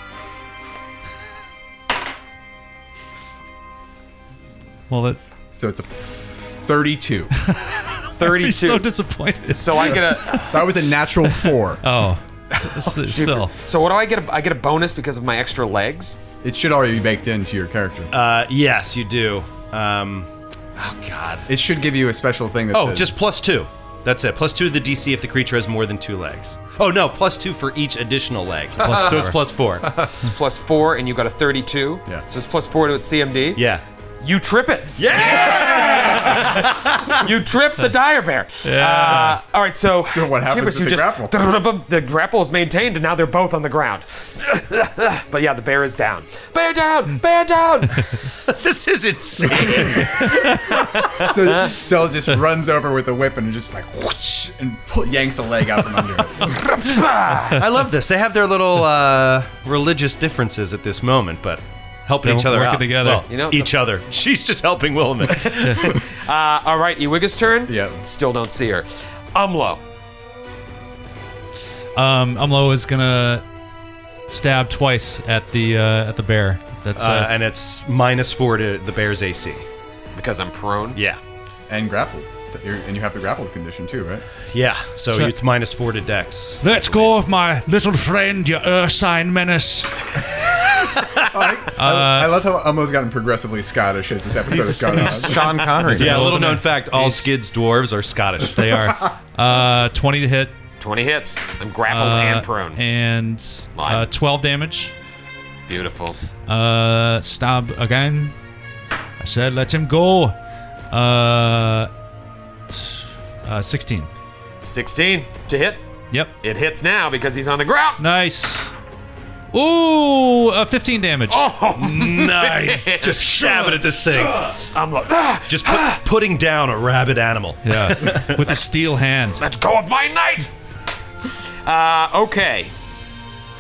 Well, it.
So it's a thirty-two.
32.
so disappointed.
So I get a.
that was a natural four.
Oh, This is still.
So what do I get? A, I get a bonus because of my extra legs.
It should already be baked into your character.
Uh, yes, you do. Um, oh God.
It should give you a special thing. That
Oh,
says-
just plus two. That's it. Plus two to the DC if the creature has more than two legs. Oh no, plus two for each additional leg. so it's plus four.
It's plus four, and you got a 32.
Yeah.
So it's plus four to its CMD.
Yeah.
You trip it. Yeah. you trip the dire bear. Yeah. Uh, all right. So,
So what happens
Timbers,
with
you
the
just- The grapple is maintained, and now they're both on the ground. but yeah, the bear is down. Bear down. Bear down.
This is insane.
so Del just runs over with the whip and just like whoosh and pull, yanks a leg out from under it.
I love this. They have their little uh, religious differences at this moment, but helping
They're
each other
working
out.
together.
Well,
You know,
each other. She's just helping Willamette.
Uh, all right, Ewiga's turn.
Yeah.
Still don't see her. Umlo.
Um, Umlo is gonna stab twice at the uh, at the bear. That's
uh,
uh,
and it's minus four to the Bears AC.
Because I'm prone.
Yeah.
and grapple. You're- and you have the grapple condition too, right?
Yeah. So,
So-
it's minus four to Dex.
Let go of my little friend, you ursine menace.
Oh, I,
Uh.
I love how Elmo's gotten progressively Scottish as this episode has gone on.
Sean Connery.
Yeah.
Well,
Little
then
known fact: all
he's-
Skids dwarves are Scottish.
They are uh, twenty to hit.
20 hits. I'm grappled
uh,
Oh, and prone.
and uh,
Mine.
twelve damage.
Beautiful.
Uh, stab again. I said, let him go. Uh, t- uh, sixteen.
16 to hit.
Yep.
It hits now because he's on the ground.
Nice. Ooh, uh, fifteen damage.
nice. Just stabbing at this thing.
I'm like, ah,
Just put, putting down a rabid animal.
Yeah, with a steel hand.
let go of my knight. Uh, okay.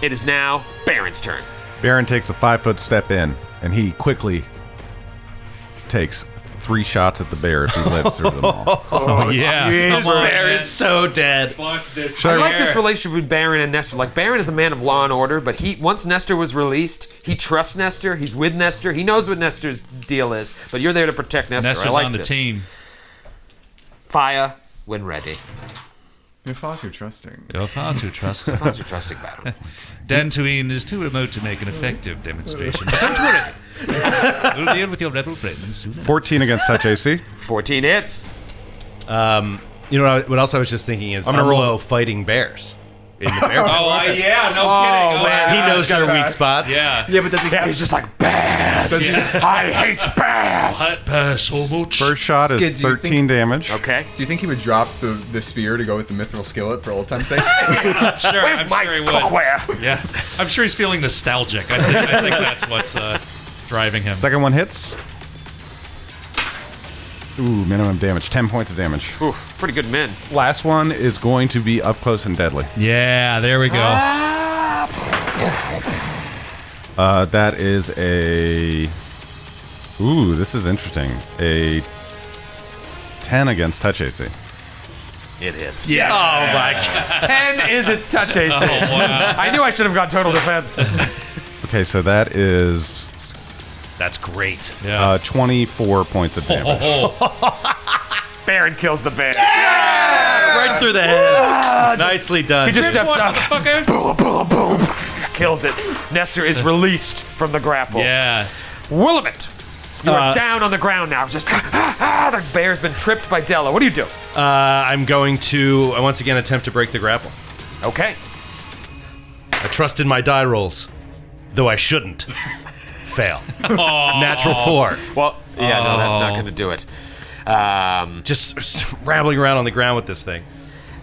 It is now Baron's turn.
Baron takes a five foot step in, and he quickly takes three shots at the bear if he lives through them all.
Oh, yeah.
This bear is so dead.
I like this relationship between Baron and Nestor. Like Baron is a man of law and order, but he once Nestor was released, he trusts Nestor. He's with Nestor. He knows what Nestor's deal is. But you're there to protect Nestor. I
Nestor's
like
on the
this.
team.
Fire when ready.
You're far too trusting.
Go far too trusting.
That's your trusting battle.
Dantooine is too remote to make an effective demonstration. But don't worry. we'll deal with your rebel friends soon.
14 against touch AC.
14 hits.
You know what, I, what else I was just thinking is I'm
gonna
Umlo
roll-
fighting bears in the bear.
Oh, uh, yeah, no kidding. Oh,
he knows their weak spots.
Yeah.
Yeah, but does he?
He's just like, bass. I hate bass.
Uh, so much.
First shot is
Skid, do you
13
think-
damage.
Okay.
Do you think he would drop the, the spear to go with the mithril skillet for old time's sake?
Sure,
Where's
I'm
my
sure he would.
cookware?
Yeah. I'm sure he's feeling nostalgic. I think, I think that's what's uh, driving him.
Second one hits. Ooh, minimum damage. 10 points of damage.
Oof, pretty good men.
Last one is going to be up close and deadly.
Yeah, there we go.
Uh, that is a. Ooh, this is interesting. A 10 against touch AC.
It hits.
Yeah. Oh my god.
10 is its touch AC. I knew I should have got total defense.
Okay, so that is
That's great.
uh, 24 points of damage.
Baron kills the bear.
Right through the head. Nicely done.
He just steps up,
Motherfucker.
boom, boom, boom, kills it. Nestor is released from the grapple.
Yeah.
Willamette, you are down on the ground now. Just ah, ah, the bear's been tripped by Della. What do you do?
uh, I'm going to uh, once again attempt to break the grapple.
Okay.
I trust in my die rolls, though I shouldn't. Fail. Natural four.
Well, yeah,
Oh.
no, that's not going to do it. Um,
Just rambling around on the ground with this thing.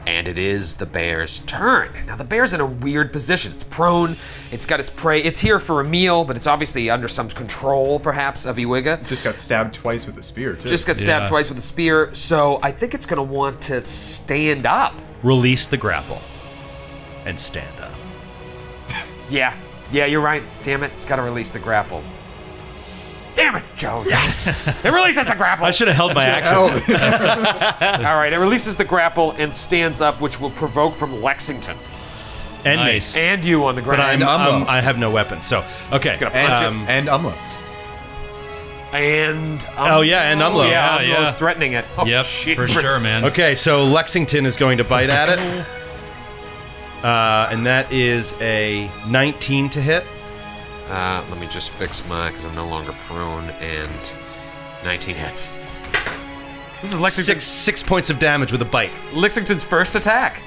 And it is the bear's turn. Now, the bear's in a weird position. It's prone, it's got its prey. It's here for a meal, but it's obviously under some control, perhaps, of Iwiga.
Just got stabbed twice with a spear, too.
Just got stabbed twice with a spear, so I think it's going to want to stand up.
Release the grapple and stand up.
Yeah, yeah, you're right. Damn it, it's got to release the grapple. Damn it, Joe. Yes! it releases the grapple.
I should have held my action.
All right, it releases the grapple and stands up, which will provoke from Lexington.
And
Nice.
me.
And you on the
But
ground.
I'm,
And Umlo.
um, I have no weapon, so okay.
Gonna
and,
punch
um,
and Umla.
And.
Oh, yeah, and Umlo.
Yeah,
Oh,
Umlo's
yeah.
threatening it. Oh,
Yep,
shit.
for sure, man.
Okay, so Lexington is going to bite at it, uh, and that is a 19 to hit.
Uh, let me just fix my, because I'm no longer prone, and 19 hits. This is
Six
Lexington's,
six points of damage with a bite.
Lexington's first attack.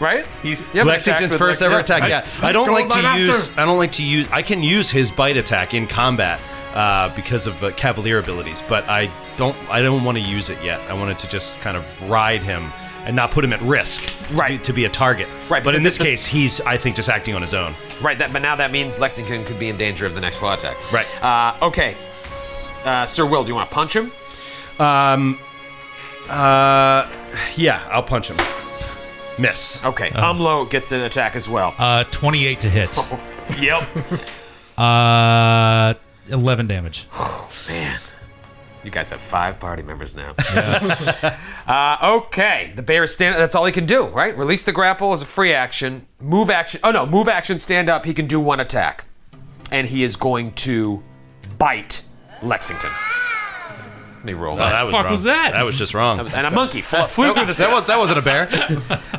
right?
He's
You haven't attacked
Lexington's
with
first
Lex-
ever
yeah.
attack. Yeah, I don't
Go
like
on, my
to
master.
use. I don't like to use. I can use his bite attack in combat uh, because of uh, cavalier abilities, but I don't. I don't want to use it yet. I wanted to just kind of ride him and not put him at risk. to be-
Right.
to be a target.
Right,
but in
because
this
if the-
case, he's I think just acting on his own.
Right, that, but now that means Lexington could be in danger of the next claw attack.
Right.
Uh, okay. Uh, Sir Will, do you want to punch him? Um,
Uh, Yeah, I'll punch him. Miss.
Okay. Umlo gets an attack as well.
Uh, 28 to hit.
yep.
Uh, 11 damage.
You guys have five party members now. uh, okay, the bear is stand. That's all he can do, right? Release the grapple as a free action. Move action. Oh no, move action. Stand up. He can do one attack, and he is going to bite Lexington. Let me roll.
Oh,
that.
that was
fuck
wrong.
was that?
That was just wrong. That,
And a monkey fl- flew through the. ceiling.
was, that wasn't a bear.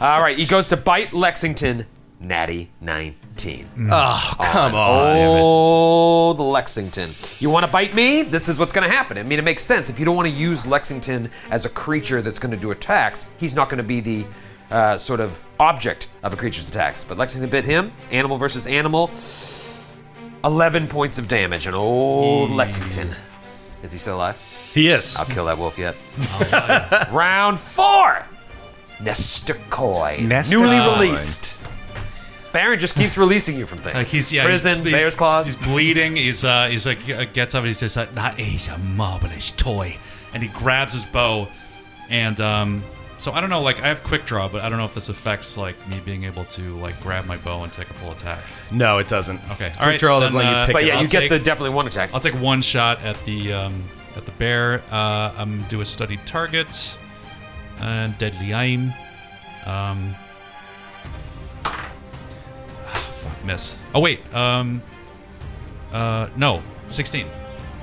All right, he goes to bite Lexington. Natty 19.
oh, come on.
Old Oh, Lexington. You want to bite me? This is what's going to happen. I mean, it makes sense. If you don't want to use Lexington as a creature that's going to do attacks, he's not going to be the uh, sort of object of a creature's attacks. But Lexington bit him. Animal versus animal. 11 points of damage on old Lexington. Is he still alive?
He is.
I'll kill that wolf yet. Round four. Nestacoy. Newly
Nestacoy.
released. Baron just keeps releasing you from things.
Like Uh, he's yeah,
prison,
he's, he's-
bear's claws.
He's bleeding. He's uh, he's like uh, gets up and he says, uh, "That is a marvelous toy," and he grabs his bow, and um, so I don't know. Like I have quick draw, but I don't know if this affects like me being able to like grab my bow and take a full attack.
No, it doesn't.
Okay, all
Quick
right,
draw
then,
doesn't let you
uh,
pick
but
it
yeah,
up.
you
I'll
get
take-
the definitely one attack.
I'll take one shot at the um, at the bear. Uh, I'm do a studied target and deadly aim. Um, ah, fuck, miss. Oh wait. Um, uh, no, sixteen.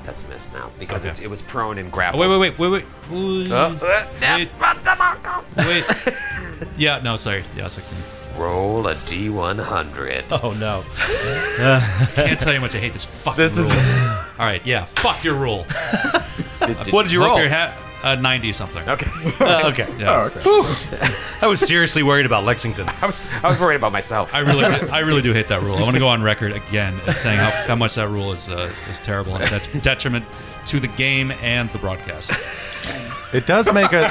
That's a miss now because
Okay.
it's, it was prone and
Oh,
grappled.
wait, wait, wait, wait, wait.
Uh, yeah,
Wait.
run to Marco.
Wait. yeah, no, sorry. Yeah, 16.
Roll a D100.
Oh no.
Can't tell you how much I hate this fucking
This is-
rule. All right, yeah, fuck your rule.
What did you
Look
roll?
your hat. Uh, 90 something.
Okay.
Uh, okay.
Oh,
Yeah.
I was seriously worried about Lexington.
I was, I was worried about myself.
I really, I really do hate that rule. I want to go on record again as saying how, how much that rule is uh, is terrible and det- detriment to the game and the broadcast,
It does make a.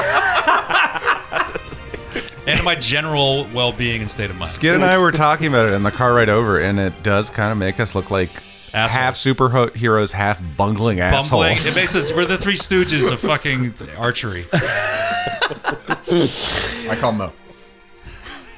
and my general well being and state of mind.
Skid and I were talking about it in the car ride over, and it does kind of make us look like
Assholes.
half superheroes, half bungling assholes.
Bumbling. It makes us. We're the Three Stooges of fucking archery.
I call Mo.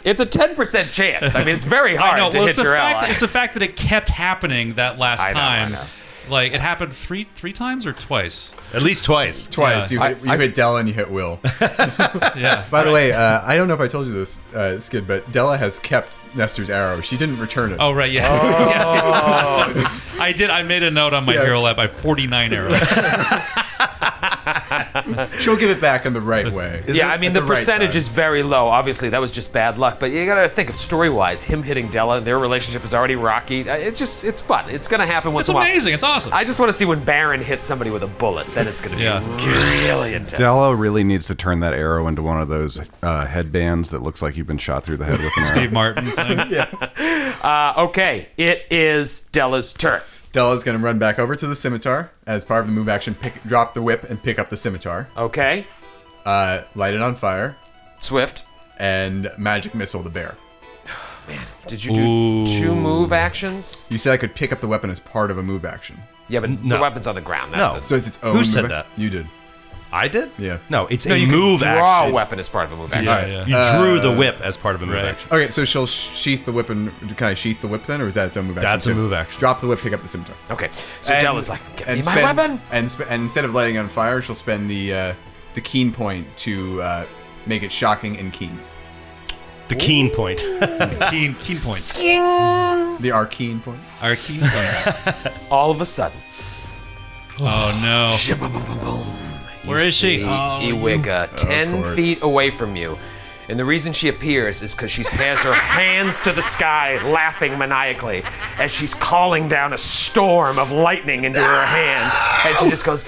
it's a 10% chance. I mean, it's very hard
I know.
to
well,
hit
it's the
your
fact.
ally.
It's the fact that it kept happening that last
I know, I
time.
know.
Like it happened three three times or twice.
At least twice.
Twice. you
I-
hit, you
I-
hit Della and you hit Will.
Yeah.
By the way, uh, I don't know if I told you this, uh, Skid, but Della has kept Nestor's arrow. She didn't return it.
Oh right, yeah. Yeah. I did. I made a note on my
Yeah.
hero lab. I have 49 arrows.
She'll give it back in the right way.
yeah, I mean,
At
the,
right
percentage
time.
is very low. Obviously, that was just bad luck. But you got to think of story wise, him hitting Della, their relationship is already rocky. Uh, It's just, it's fun. It's going to happen once
It's
in a while.
amazing. It's awesome.
I just want to see when Baron hits somebody with a bullet. Then it's going to be
Yeah.
really intense.
Della really needs to turn that arrow into one of those uh, headbands that looks like you've been shot through the head with an arrow.
Steve Martin thing.
Uh, okay, it is Della's turn.
Della's going to run back over to the scimitar as part of the move action. Pick, drop the whip and pick up the scimitar.
Okay,
Uh, light it on fire.
Swift.
and magic missile the bear.
Man, did you do two move actions?
You said I could pick up the weapon as part of a move action.
Yeah, but
No.
the weapon's on the ground. That's
No.
it.
So it's its own
Who said
move-
that?
You did.
I did?
Yeah.
No, it's
No,
a
you can
move
draw
action.
a
It's-
weapon as part of a move action.
Yeah,
Yeah.
You
Uh,
drew the whip as part of a move action.
Okay, so she'll sheath the whip and can I sheath the whip then, or is that its own move action?
That's a
too?
move action.
Drop the whip, pick up the scimitar.
Okay, so
And-
Della's like, "Get
and
me my
spend-
weapon."
And, sp- and instead of lighting on fire, she'll spend the uh, the keen point to uh, make it shocking and keen.
The keen point.
Keen, keen points.
The arcane point.
Our keen points.
All of a sudden,
oh no.
You
Where is she?
see
Oh, you-
Iwiga, uh, ten
course.
feet away from you. And the reason she appears is because she has her hands to the sky, laughing maniacally, as she's calling down a storm of lightning into her hand. And she just goes,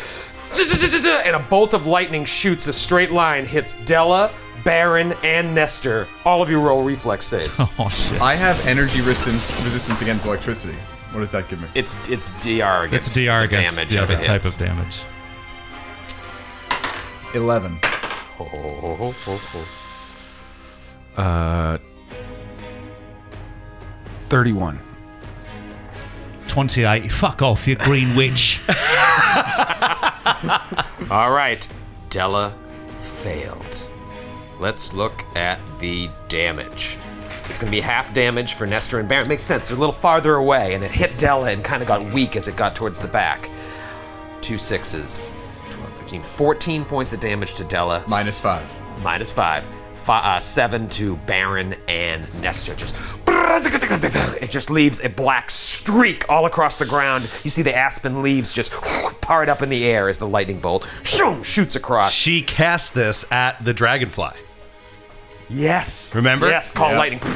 "Zzz-zzz-zzz-zzz," and a bolt of lightning shoots a straight line, hits Della, Baron, and Nestor. All of you roll reflex saves.
Oh shit.
I have energy resistance resistance against electricity. What does that give me?
It's it's DR
It's
against
DR
the
against
damage
the
if
other
it
type
hits.
of damage.
Eleven.
Oh,
Uh, 31.
28. Fuck off, you green witch.
All right, Della failed. Let's look at the damage. It's going to be half damage for Nestor and Baron. Makes sense. They're a little farther away, and it hit Della and kind of got weak as it got towards the back. Two sixes, 12, 13, 14 points of damage to Della.
Minus five.
Minus five. Fi uh, seven to Baron and Nestor. Just it just leaves a black streak all across the ground. You see the aspen leaves just part up in the air as the lightning bolt shoom, shoots across.
She cast this at the dragonfly.
Yes.
Remember?
Yes. Call
Yeah.
lightning. Uh, okay.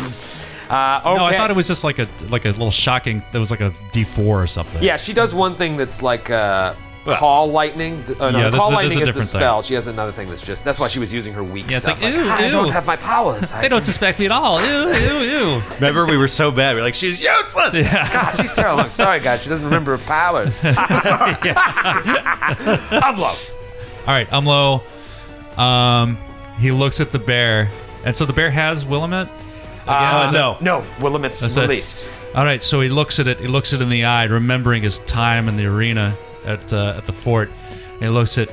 No, I thought it was just like a like a little shocking. That was like a D4 or something.
Yeah, she does one thing that's like uh, call lightning. Th- Uh, no,
Yeah,
the
this
call
is- this is
lightning
a
is the
different thing.
spell. She has another thing that's just that's why she was using her weak
Yeah, it's
stuff.
like, ew,
I don't
ew.
have my powers. I,
They don't suspect me at all. Ew, ew, ew.
Remember, we were so bad. We are like, she's useless.
God, Ah, she's terrible. I'm sorry, guys. She doesn't remember her powers. I'm low.
All right, Umlo. Um, he looks at the bear, and so the bear has Willamette.
Uh,
Again,
no.
No, Willamette's
That's it.
released.
All right, so he looks at it. He looks it in the eye, remembering his time in the arena at uh, at the fort. And he looks at,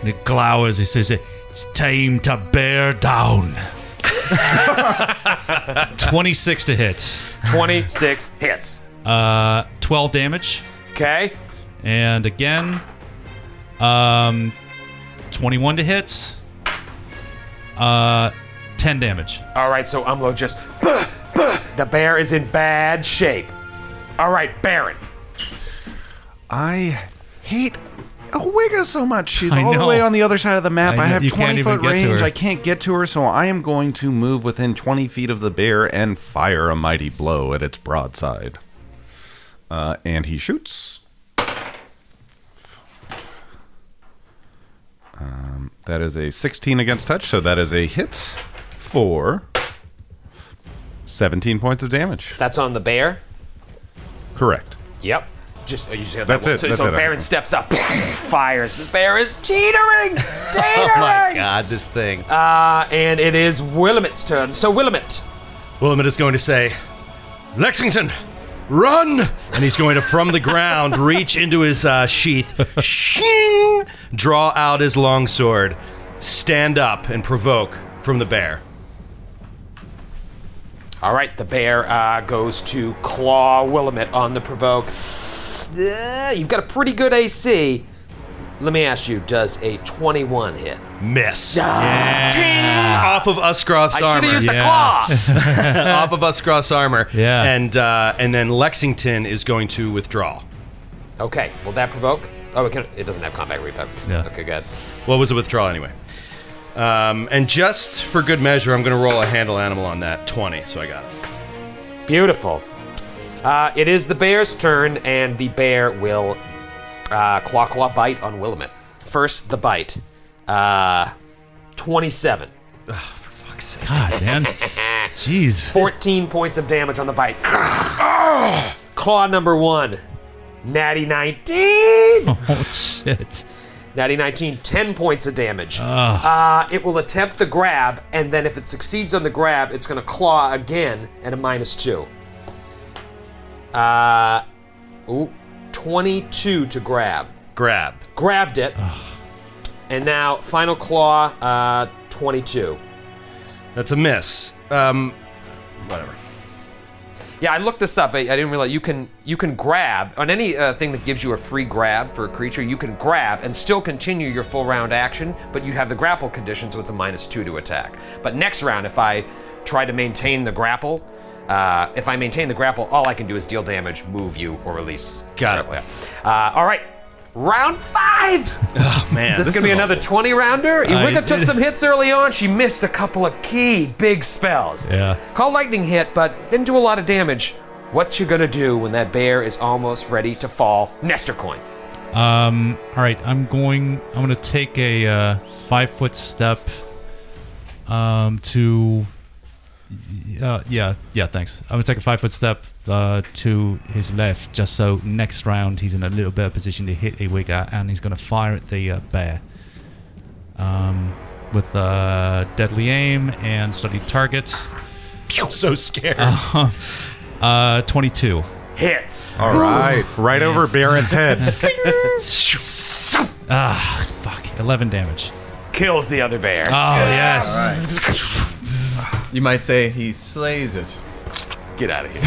and he glowers. He says, "It's time to bear down." Twenty-six to hit,
26 hits.
uh, twelve damage,
Okay.
and again, um, twenty-one to hit, uh, ten damage.
All right, so Umlo just. The bear is in bad shape. All right, Baron.
I hate Wigga so much. She's
I
all the
know.
way on the other side of the map.
I
I,
know.
have
You
20
can't even
foot
get to
range.
her.
I can't get to her, so I am going to move within 20 feet of the bear and fire a mighty blow at its broadside. Uh, and he shoots. Um, that is a 16 against touch, so that is a hit for 17 points of damage.
That's on the bear.
Correct.
Yep. Just oh, you just have
That's
that one.
it,
So,
that's
so
it, I
Baron
think.
steps up, fires. The bear is teetering,
Oh my
teetering.
god, this thing.
uh, and it is Willamette's turn. So Willamette,
Willamette is going to say, Lexington, run! And he's going to, from the ground, reach into his uh, sheath, shing, draw out his longsword, stand up, and provoke from the bear.
All right, the bear uh, goes to claw Willamette on the provoke. Uh, you've got a pretty good AC. Let me ask you, does a 21 hit?
Miss. Ting! Off of Uskroth's
Ah. I should
armor.
have used the
Yeah.
claw.
off of Uskroth's armor.
Yeah.
And, uh, and then Lexington is going to withdraw.
okay, will that provoke? Oh, it, can, it doesn't have combat reflexes.
Yeah.
Okay, good.
What was the withdrawal anyway? Um, and just for good measure, I'm going to roll a handle animal on that 20, so I got it.
Beautiful. Uh, it is the bear's turn, and the bear will uh, claw claw bite on Willamette. First, the bite. Uh, 27.
God, man,
Ah.
jeez.
14 points of damage on the bite. Claw number one, natty 19.
Oh shit.
Natty 19, 10 points of damage. Uh, it will attempt the grab, and then if it succeeds on the grab, it's going to claw again at a minus two. Uh, ooh, 22 to grab.
Grab.
Grabbed it. And now, final claw, uh, 22.
That's a miss. Um, whatever.
Yeah, I looked this up. I, I didn't realize you can you can grab on any uh, thing that gives you a free grab for a creature. You can grab and still continue your full round action, but you have the grapple condition, so it's a minus two to attack. But next round, if I try to maintain the grapple, uh, if I maintain the grapple, all I can do is deal damage, move you, or release.
Got it.
Uh, all right, round five.
Oh man,
This, is gonna be another 20 rounder.
I
Iwika took
did-
some hits early on. She missed a couple of key big spells.
Yeah.
Call lightning hit, but didn't do a lot of damage. What you gonna do when that bear is almost ready to fall? Nestor coin.
Um. All right. I'm going. I'm going to take a uh, five foot step. Um. To. Uh, yeah. Yeah. Thanks. I'm gonna take a five foot step uh, to his left, just so next round he's in a little better position to hit a wigger, and he's gonna fire at the uh, bear. Um. With uh, deadly aim and studied target.
I'm so scared.
Oh, Uh. 22.
Hits.
All right, right over Baron's head.
Ah. Fuck. 11 damage.
Kills the other bear.
Oh yes.
You might say he slays it.
Get out of here.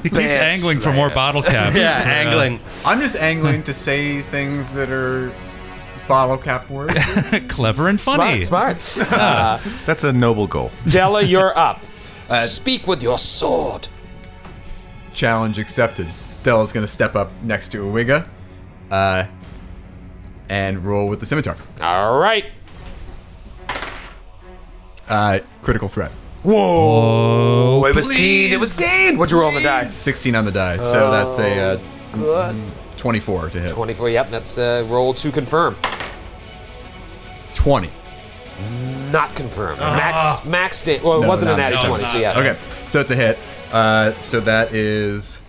He keeps
Bear
angling for more bottle caps. Uh,
yeah, angling.
I'm just angling to say things that are bottle cap words.
Clever and funny.
Smart, smart.
That's a noble goal.
Della, you're up.
Uh,
Speak with your sword.
Challenge accepted. Della's gonna step up next to Uwiga, uh, and roll with the scimitar.
All right.
Uh, critical threat.
Oh, it was gained. It was gained. What'd you roll on the die?
16 on the die,
Oh,
so that's a uh, 24 to hit.
24. Yep, that's uh, roll to confirm.
20.
Not confirmed.
Uh-huh.
Max, max. Da- well, it
No,
wasn't
no,
an added
no, it's
20, so yeah.
Okay, so it's a hit. Uh, so that is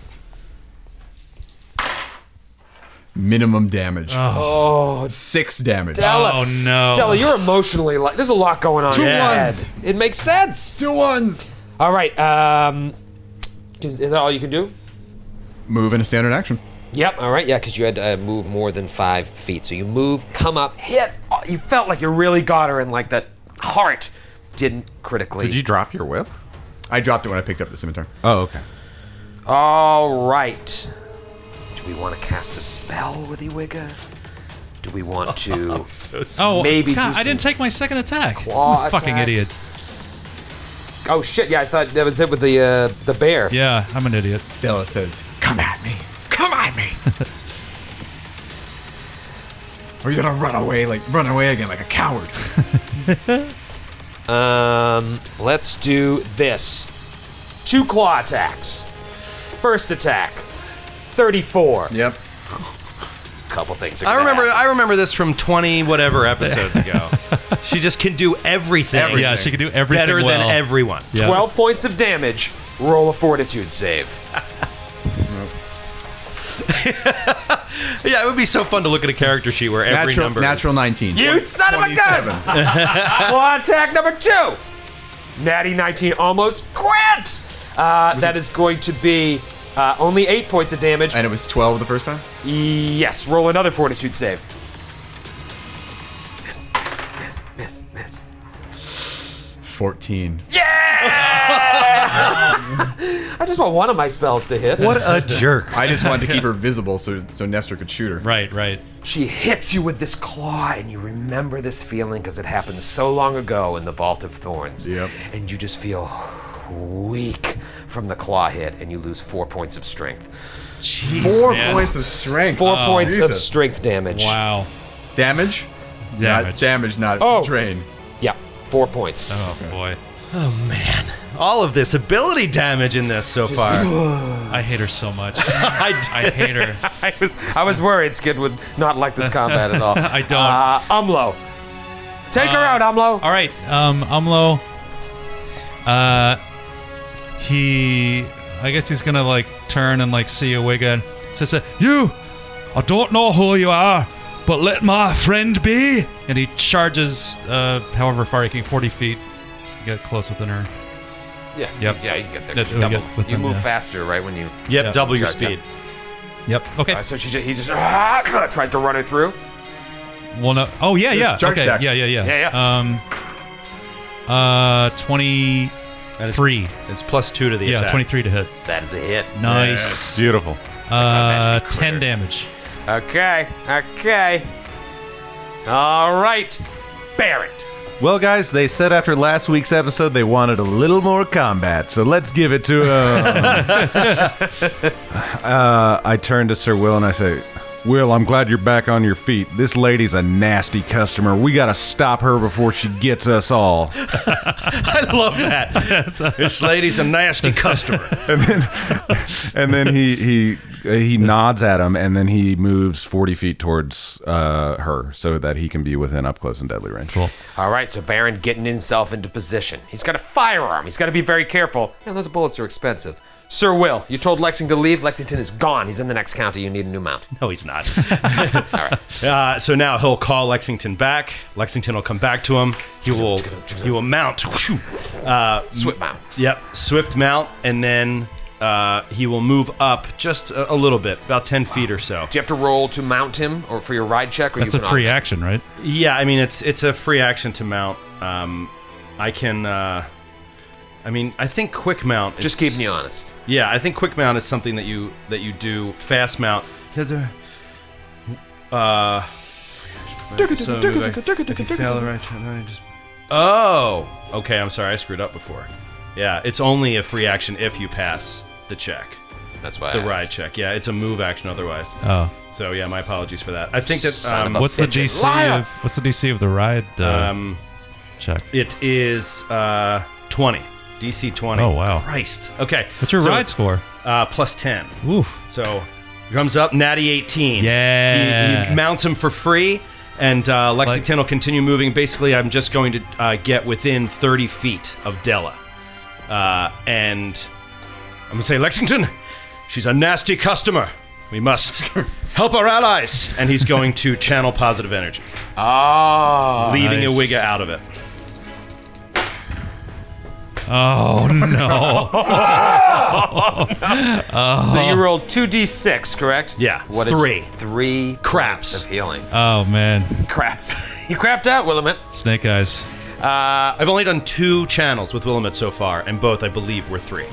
minimum damage.
Oh,
Six damage.
Della.
Oh, no.
Della, you're emotionally like there's a lot going on. Two
ones.
It makes sense.
Two ones.
All right. Um, is, is that all you can do?
Move in a standard action.
Yep. All right. Yeah, because you had to uh, move more than five feet. So you move, come up, hit. Oh, you felt like you really got her in like that heart. Didn't critically.
Did you drop your whip?
I dropped it when I picked up the scimitar.
Oh, okay.
All right. Do we want to cast a spell with Iwiga? Do we want to?
Oh,
Maybe do
God, I
some
didn't take my second attack.
claw
Fucking
attacks.
idiot.
oh shit! Yeah, I thought that was it with the uh, the bear.
Yeah, I'm an idiot.
Della says, Come at me. Come at me. Or you're gonna run away, like run away again, like a coward.
Um, let's do this. Two claw attacks. First attack, 34.
Yep.
Couple things. Are
I
gonna
remember.
happen.
I remember this from twenty whatever episodes ago. she just can do everything.
Yeah, she can do everything
better
well.
than everyone.
Yeah.
12 points of damage. Roll a fortitude save.
Yeah, it would be so fun to look at a character sheet where every
Natural,
number.
natural
Is,
19.
You son of a gun!
Uh-huh.
claw attack number two. Natty 19 almost crit. Uh, that is going to be uh, only eight points of damage.
And it was 12 the first time?
Yes, roll another fortitude save. Miss, miss, miss, miss, miss.
14.
I just want one of my spells to hit. What?
a jerk.
I just wanted to keep her visible so so Nestor could shoot her.
Right, right.
She hits you with this claw, and you remember this feeling because it happened so long ago in the Vault of Thorns.
Yep.
And you just feel weak from the claw hit, and you lose four points of strength.
Four points of strength. Oh.
Four points of
Jesus.
strength damage.
Wow.
Damage? Not
Damage.
damage, not
Oh.
drain.
Yeah, four points.
Oh boy.
Man, all of this ability damage in this so far.
I hate her so much.
I d-
I hate her.
I was I was worried Skid would not like this combat at all.
I don't. Uh,
Uh, Umlo, take her out, Umlo.
All right, um, Umlo. Uh, he. I guess he's uh, gonna like turn and like see a wig and so say, "You, I don't know who you are, But let my friend be. And he charges, uh, however far he can, 40 feet. Get close within her.
Yeah.
Yep.
Yeah, you can get there.
That's what we
double.
get with
you
them,
move
yeah.
faster, right? When you.
Yep, double your
Sorry,
speed.
yeah.
Yep. Okay.
Uh, so she, ju- he just ah, tries to run her through.
Well, no. Oh yeah,
Just
yeah.
charge
Okay.
attack.
Yeah, yeah, yeah.
Yeah,
Um. Uh, twenty three.
It's plus two to the
yeah,
attack.
twenty three to hit.
That is a hit.
Nice.
Beautiful.
Uh, ten damage.
Okay. Okay. All right, Barrett.
Well, guys, they said after last week's episode they wanted a little more combat, so let's give it to them.
Uh, I turn to Sir Will and I say, Will, I'm glad you're back on your feet. This lady's a nasty customer. We gotta stop her before she gets us all.
I love that. this lady's a nasty customer.
and then he he uh, he nods at him, and then he moves forty feet towards uh, her so that he can be within up close and deadly range. Cool.
All right, so Baron getting himself into position. He's got a firearm. He's got to be very careful. And those bullets are expensive. Sir Will, you told Lexington to leave. Lexington is gone. He's in the next county. You need a new mount.
No, he's not. Uh, so now he'll call Lexington back. Lexington will come back to him. He will he will mount. Whew. Uh,
swift mount.
Yep, swift mount, and then uh, he will move up just a, a little bit, about ten feet or so.
Do you have to roll to mount him or for your ride check? Or
That's
you
a
can
free action, right?
Yeah, I mean it's it's a free action to mount. Um, I can. Uh, I mean, I think quick mount. Is,
Just keep me honest.
Yeah, I think quick mount is something that you that you do. Fast mount. Uh, so move back. If you fail the right check, then you just- Oh, okay. I'm sorry, I screwed up before. Yeah, it's only a free action if you pass the check.
That's why I
the
asked.
ride check. Yeah, it's a move action otherwise.
Oh.
so yeah, my apologies for that. I think that um,
Son of a what's the DC of what's the DC of the ride? Uh,
Um,
check.
It is uh, 20. DC 20.
Oh, wow.
Christ. Okay.
What's your
so,
ride score?
Uh, plus 10.
Oof.
So here comes up, Natty 18.
Yeah.
He, he mounts him for free, and uh, Lexington will continue moving. Basically, I'm just going to uh, get within 30 feet of Della. Uh, and I'm going to say, Lexington, she's a nasty customer. We must help our allies. And he's going to channel positive energy,
Ah.
leaving
Nice.
Iwiga out of it.
Oh no.
so you rolled 2d6, correct?
Yeah,
What did
three.
you- three craps of healing.
oh man,
Craps. you crapped out, Willamette.
Snake Eyes.
Uh,
I've only done two channels with Willamette so far, and both, I believe, were three.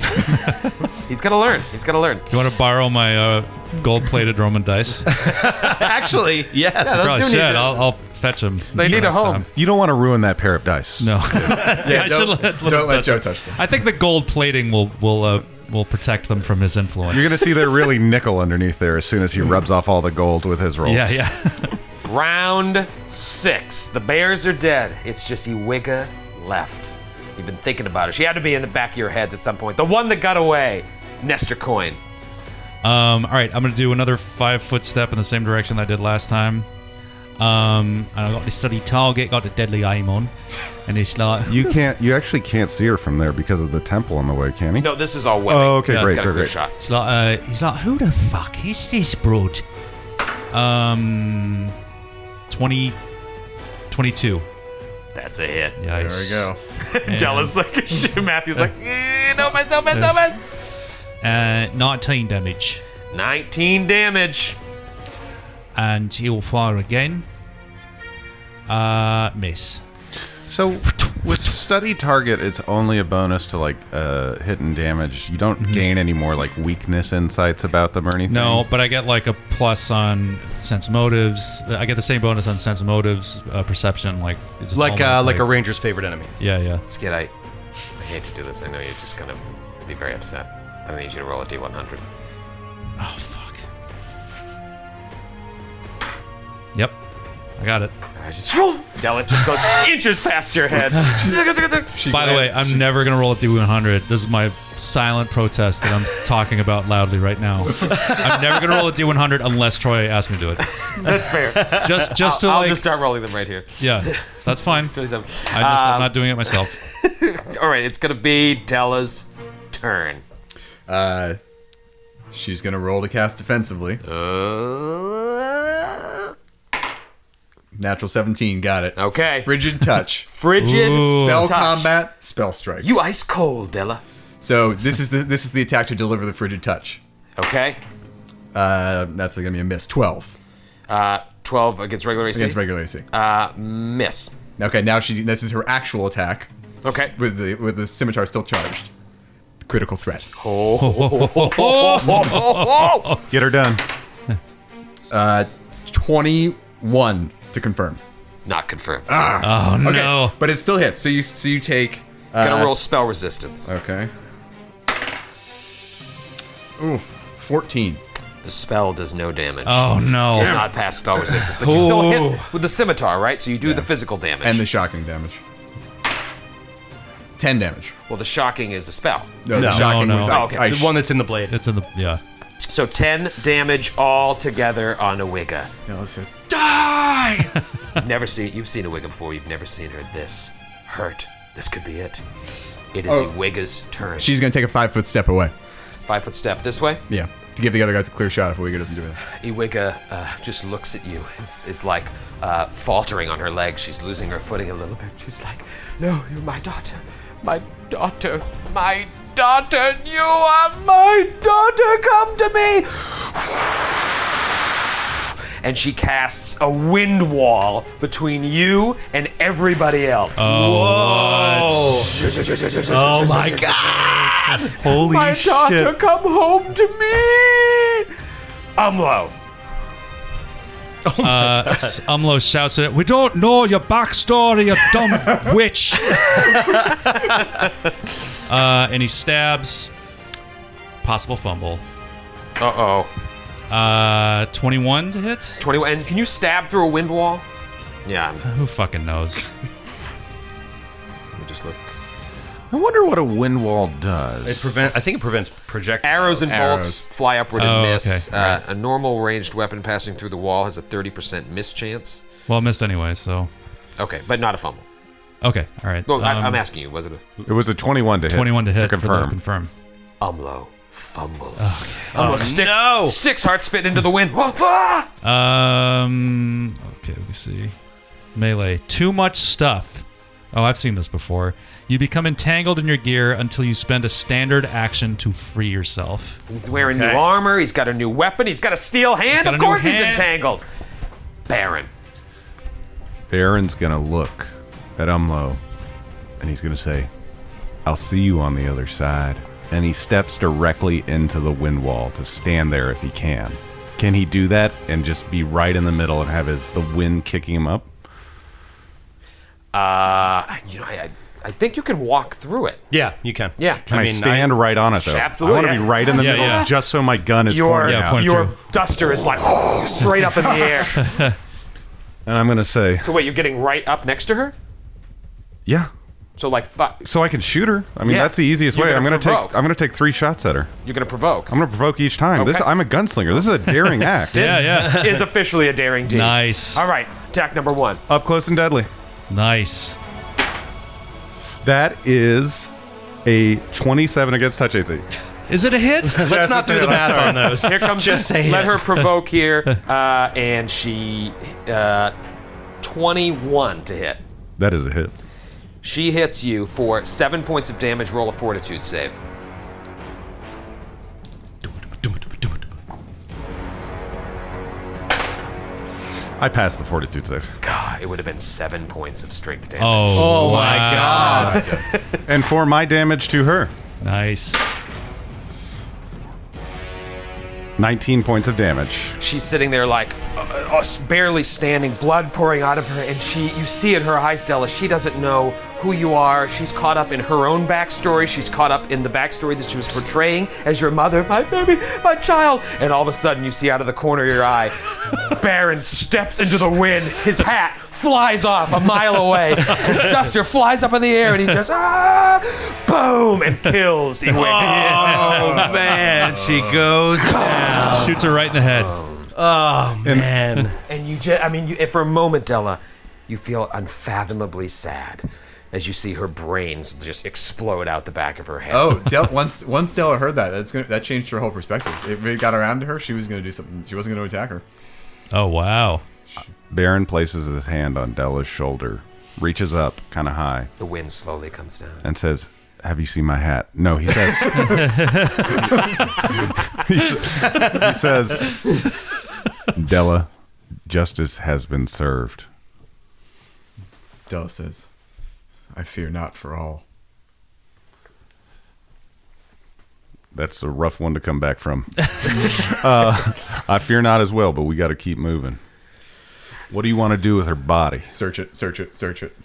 He's got to learn. He's got to learn.
You want to borrow my uh, gold-plated Roman dice?
Actually, yes.
Probably should. I'll, I'll fetch them.
They need a home.
You don't want to ruin that pair of dice.
No.
Yeah,
I
don't-
should let, let
don't
him
let
touch
Joe
them.
touch them.
I think the gold plating will will uh, will protect them from his influence.
You're gonna see they're really nickel underneath there as soon as he rubs off all the gold with his rolls.
yeah, yeah.
Round six. The Bears are dead. It's just Iwiga left. You've been thinking about it. She had to be in the back of your heads at some point. The one that got away, Nestor Coin.
Um, all right, I'm gonna do another five foot step in the same direction I did last time. Um, and I got to study target, got the deadly aim on, and it's like
You can't. You actually can't see her from there because of the temple on the way, can he?
No, this is all webbing.
Oh, okay,
He's
great,
got a
great,
clear
great.
shot.
it's like uh, he's like, who the fuck is this broad? Um, 20, 22.
That's a hit.
Yikes.
There we go.
Jealous like shit. Matthew's like, eh, no mess, no mess, no mess.
Uh, 19 damage,
19 damage.
and he'll fire again. Uh, miss.
So with study target, it's only a bonus to like uh, hit and damage. You don't gain any more like weakness insights about them or anything.
Mm-hmm. No, but I get like a plus on sense motives. I get the same bonus on sense motives, uh, perception, like it's just
Like
all my,
uh, like a ranger's favorite enemy.
yeah, yeah.
Skid, I, I hate to do this. I know you're just going to be very upset. I need you to roll a d100.
Oh fuck. Yep, I got it.
I just, Della just goes inches past your head.
By the way, I'm never gonna roll a d100. This is my silent protest that I'm talking about loudly right now. I'm never gonna roll a d100 unless Troy asks me to do it.
That's fair.
Just, just to
I'll, I'll
like,
just uh, start rolling them right here.
yeah, that's fine. I just,
27.
I'm
Um,
not doing it myself.
All right, it's gonna be Della's turn.
Uh, she's gonna roll to cast defensively.
Uh,
Natural 17, got it.
Okay.
Frigid touch.
Frigid Ooh.
spell
touch.
combat, spell strike.
You ice cold, Della.
So this is the this is the attack to deliver the frigid touch.
Okay.
Uh, that's gonna be a miss. Twelve
Uh, 12 against regular AC.
against regular AC.
Uh, miss.
Okay, now she this is her actual attack.
Okay.
S- With the with the scimitar still charged. Critical threat.
Oh,
Get her done.
Uh, twenty-one to confirm.
Not confirmed.
Uh,
Oh
Okay,
no.
But it still hits. So you so you take. Uh,
Gotta roll spell resistance.
Okay. Ooh, fourteen.
The spell does no damage.
Oh no.
Did not pass spell resistance, but you still hit with the scimitar, right? So you do the physical damage.
And the shocking damage. Ten damage.
well, the shocking is a spell.
No, the
No,
shocking
no.
was
Oh,
like
okay.
ice.
The one that's in the blade.
It's in the yeah.
So 10 damage all together on a Wigga.
No, it's just-
You've never seen you've seen a Wigga before. You've never seen her this hurt. This could be it. It is
Oh.
a Wigga's turn.
She's gonna take a five foot step away.
five foot step this way.
Yeah. To give the other guys a clear shot if Uyghur doesn't do it.
Iwiga uh, just looks at you. It's, it's like uh, faltering on her legs. She's losing her footing a little bit. She's like, No, you're my daughter. My daughter. My daughter. You are my daughter. Come to me. And she casts a wind wall between you and everybody else.
Oh my god!
Holy
my daughter,
shit.
come home to me. Umlo.
Uh, S- Umlo shouts at it. We don't know your backstory, you dumb witch. uh, and he stabs. Possible fumble.
Uh oh.
Uh, 21 to hit.
21. And can you stab through a wind wall? Yeah, I'm-
Who fucking knows?
let me just look.
I wonder what a wind wall does.
It prevent. I think it prevents projectiles.
Arrows and
Arrows.
bolts fly upward and
Oh,
miss.
okay.
Uh, a normal ranged weapon passing through the wall has a 30% miss chance.
Well, I missed anyway, so
Okay, but not a fumble.
okay, all right.
Well, I,
Um,
I'm asking you, was it a
It was a 21 to hit.
21 to hit.
To
for the
confirm.
confirm.
Umlo fumbles?
Oh,
Umlo sticks, sticks heart spit into the wind. Woof, ah!
Um. Okay, let me see. Melee. Too much stuff. Oh, I've seen this before. You become entangled in your gear until you spend a standard action to free yourself.
He's wearing new armor. He's got a new weapon. He's got a steel hand.
got a
Of
new
course, he's
hand.
entangled. Baron.
Aaron's gonna look at Umlo and he's gonna say, I'll see you on the other side. And he steps directly into the wind wall to stand there if he can. Can he do that and just be right in the middle and have his the wind kicking him up?
Uh, you know, I, I, I think you can walk through it.
Yeah, you can.
Yeah.
Can I, stand right on it though?
Absolutely.
I want to be right in the
Yeah,
middle
yeah.
just so my gun is
Your,
pointing
Yeah,
out.
point
your
through.
duster is like straight up in the air.
And I'm gonna say,
So wait, you're getting right up next to her?
Yeah.
So like, fi-
So I can shoot her. I mean
Yeah.
that's the easiest
You're
way.
gonna
I'm gonna
provoke.
take I'm gonna take three shots at her.
you're gonna provoke.
I'm gonna provoke each time. This
Okay.
I'm a gunslinger. This is a daring act.
Yeah, yeah.
is officially a daring deed.
Nice.
All right, attack number one.
Up close and deadly.
Nice.
That is a 27 against touch AC.
Is it a hit?
Let's not do the math on those.
Here comes
Just
the-
say
Let
it.
her provoke here, uh, and she uh, twenty-one to hit.
That is a hit.
She hits you for seven points of damage. Roll a fortitude save.
I passed the fortitude save.
God, Ah, it would have been seven points of strength damage.
Oh,
my
wow.
god!
And for my damage to her,
Nice.
19 points of damage.
She's sitting there like uh, uh, barely standing, blood pouring out of her, and she you see in her eyes, Della, she doesn't know who you are. She's caught up in her own backstory. She's caught up in the backstory that she was portraying as your mother, my baby, my child. And all of a sudden you see out of the corner of your eye, Baron steps into the wind, his hat flies off a mile away. His duster flies up in the air and he just ah boom and kills Iwin.
Oh man, she goes. oh,
Shoots her right in the head.
Man,
And you just, I mean, you, for a moment, Della, you feel unfathomably sad as you see her brains just explode out the back of her head.
Oh, Del- once once Stella heard that, that's gonna, that changed her whole perspective. If it got around to her, she was going to do something. She wasn't going to attack her.
Oh wow.
She
Baron places his hand on Della's shoulder, reaches up kind of high,
The wind slowly comes down.
and says, Have you seen my hat? No, he says, he, s- he says, Della, justice has been served.
Della says, I fear not for all.
That's a rough one to come back from. uh, I fear not as well, but we got to keep moving. What do you want to do with her body?
Search it, search it, search it.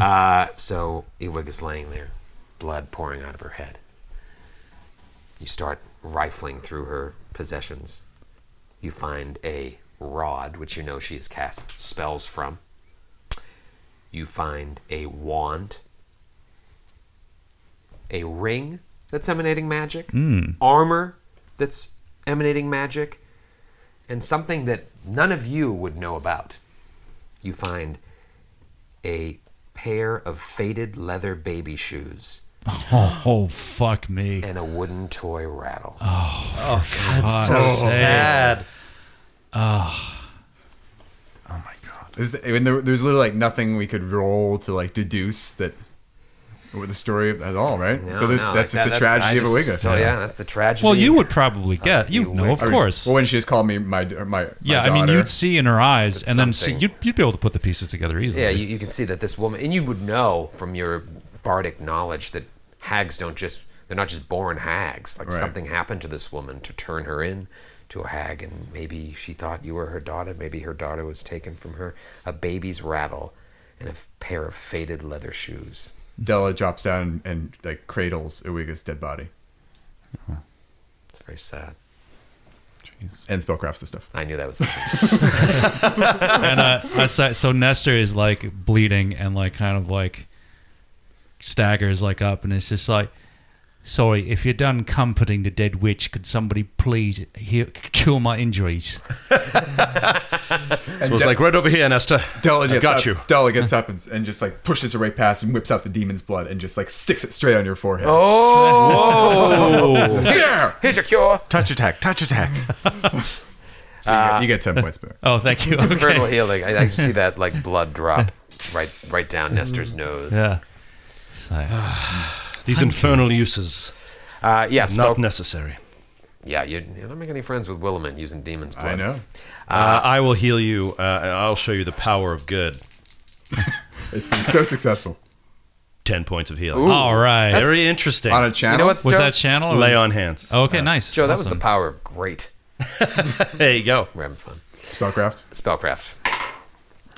uh, so Ewig is laying there, blood pouring out of her head. You start rifling through her possessions. You find a rod, which you know she has cast spells from. You find a wand, a ring that's emanating magic,
Hmm.
armor that's emanating magic, and something that none of you would know about. You find a pair of faded leather baby shoes
Oh, oh, fuck me.
and a wooden toy rattle.
Oh, for
that's so
fuck's sake.
sad.
Oh,
Is th- and there, there's literally like nothing we could roll to like deduce that with the story at all, right?
No,
so there's,
no,
that's
like
just
that-
the
that's- I
tragedy of a
just-
Wicca.
so, yeah, that's the tragedy.
well, you would probably get. You know, of
I mean,
course.
Well, when she just called me my my, my
yeah, I mean,
daughter.
you'd see in her eyes,
It's
and then see,
something.
you'd, you'd be able to put the pieces together easily.
Yeah, you, you can see that this woman, and you would know from your bardic knowledge that hags don't just, they're not just born hags. Like
Right.
something happened to this woman to turn her in to a hag, and maybe she thought you were her daughter. Maybe her daughter was taken from her. A baby's rattle and a pair of faded leather shoes.
Della drops down and, and like cradles Iwiga's dead body.
It's very sad.
And spellcrafts the stuff.
I knew that was.
and uh, I say, so Nestor is like bleeding and like kind of like staggers like up, and it's just like, sorry, if you're done comforting the dead witch, could somebody please heal, cure my injuries?
So it's like right over here, Nesta.
Della
I've
gets
got
up,
you.
Della gets up and, and just like pushes her way past and whips out the demon's blood and just like sticks it straight on your forehead.
Oh! Here's your-
There!
Here's your cure.
Touch attack, touch attack.
So you, get, you get 10 points back.
Oh, thank you. Okay.
Verbal healing. I, I see that like blood drop right right down Nestor's nose.
Yeah.
These infernal uses.
Uh, yeah,
Not
spoke-
necessary.
Yeah, you're, you're not making any friends with Williman using demon's blood.
I know. Uh, I will heal you. Uh, and I'll show you the power of good.
it's been so successful.
Ten points of healing.
Ooh. All right.
Very
That's-
interesting. Oh.
On a channel? You know what, Was Joe? that channel or
Lay
was-
on hands.
Okay, nice.
Joe, that was the power of great.
there you go.
We're having fun.
Spellcraft.
Spellcraft.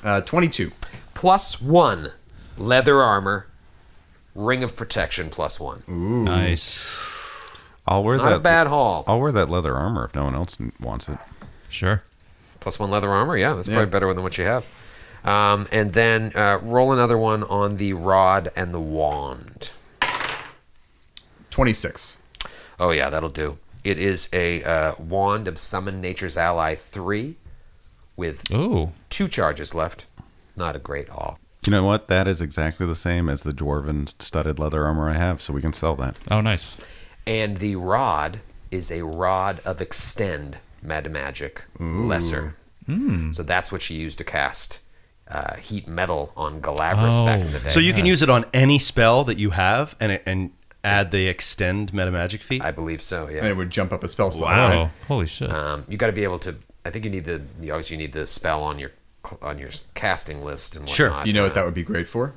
Uh, 22.
Plus one. Leather armor. Ring of protection plus one.
Ooh.
Nice.
I'll wear
Not
that.
a bad haul.
I'll wear that leather armor if no one else n- wants it.
Sure.
Plus one leather armor. Yeah, that's probably better than what you have. Um, and then uh, roll another one on the rod and the wand.
26.
Oh, yeah, that'll do. It is a uh, wand of Summon Nature's Ally 3 with
Ooh.
two charges left. Not a great haul.
You know what? That is exactly the same as the dwarven studded leather armor I have, so we can sell that.
Oh, nice.
And the rod is a rod of extend meta magic
Ooh.
lesser.
Hmm.
So that's what she used to cast uh, heat metal on Galabras back in the day.
So you can use it on any spell that you have, and it, and add the extend meta magic feat. I
believe so. Yeah.
And it would jump up a spell slot.
Wow.
right?
Holy shit.
Um, you got to be able to. I think you need the. You obviously need the spell on your cl- on your s- casting list and whatnot.
You know what that would be great for?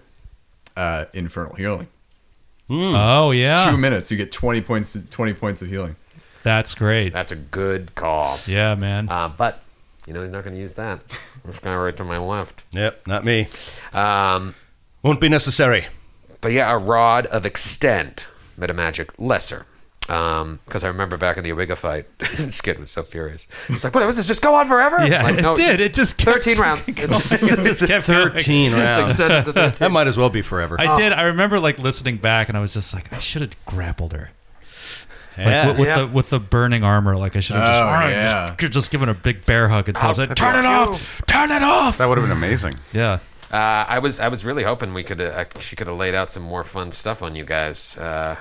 Uh, infernal healing.
Oh, yeah.
Ah.
Two minutes. You get 20 points, 20 points of healing.
That's great.
That's a good call.
Yeah, man.
Uh, but you know he's not going to use that. This guy right to my left.
Yep, not me.
Um,
Won't be necessary.
But yeah, a rod of extend meta magic lesser. Because I remember back in the Owiga fight, Skid was so furious. He's like, "What was this? Just go on forever?"
Yeah,
Like,
it did. It just kept
thirteen rounds. It's,
It just kept going.
Thirteen rounds. that might as well be forever.
I did. I remember like listening back, and I was just like, I should have grappled her. Like,
Yeah.
with, with
Yeah.
the with the burning armor, like I should have just,
Oh,
"Alright,"
yeah.
just, could've just given her a big bear hug and tell her,
I'll-
"Turn it off, turn it off."
That would have been amazing.
Yeah.
Uh, I was I was really hoping we could uh, I- she could have laid out some more fun stuff on you guys. Uh,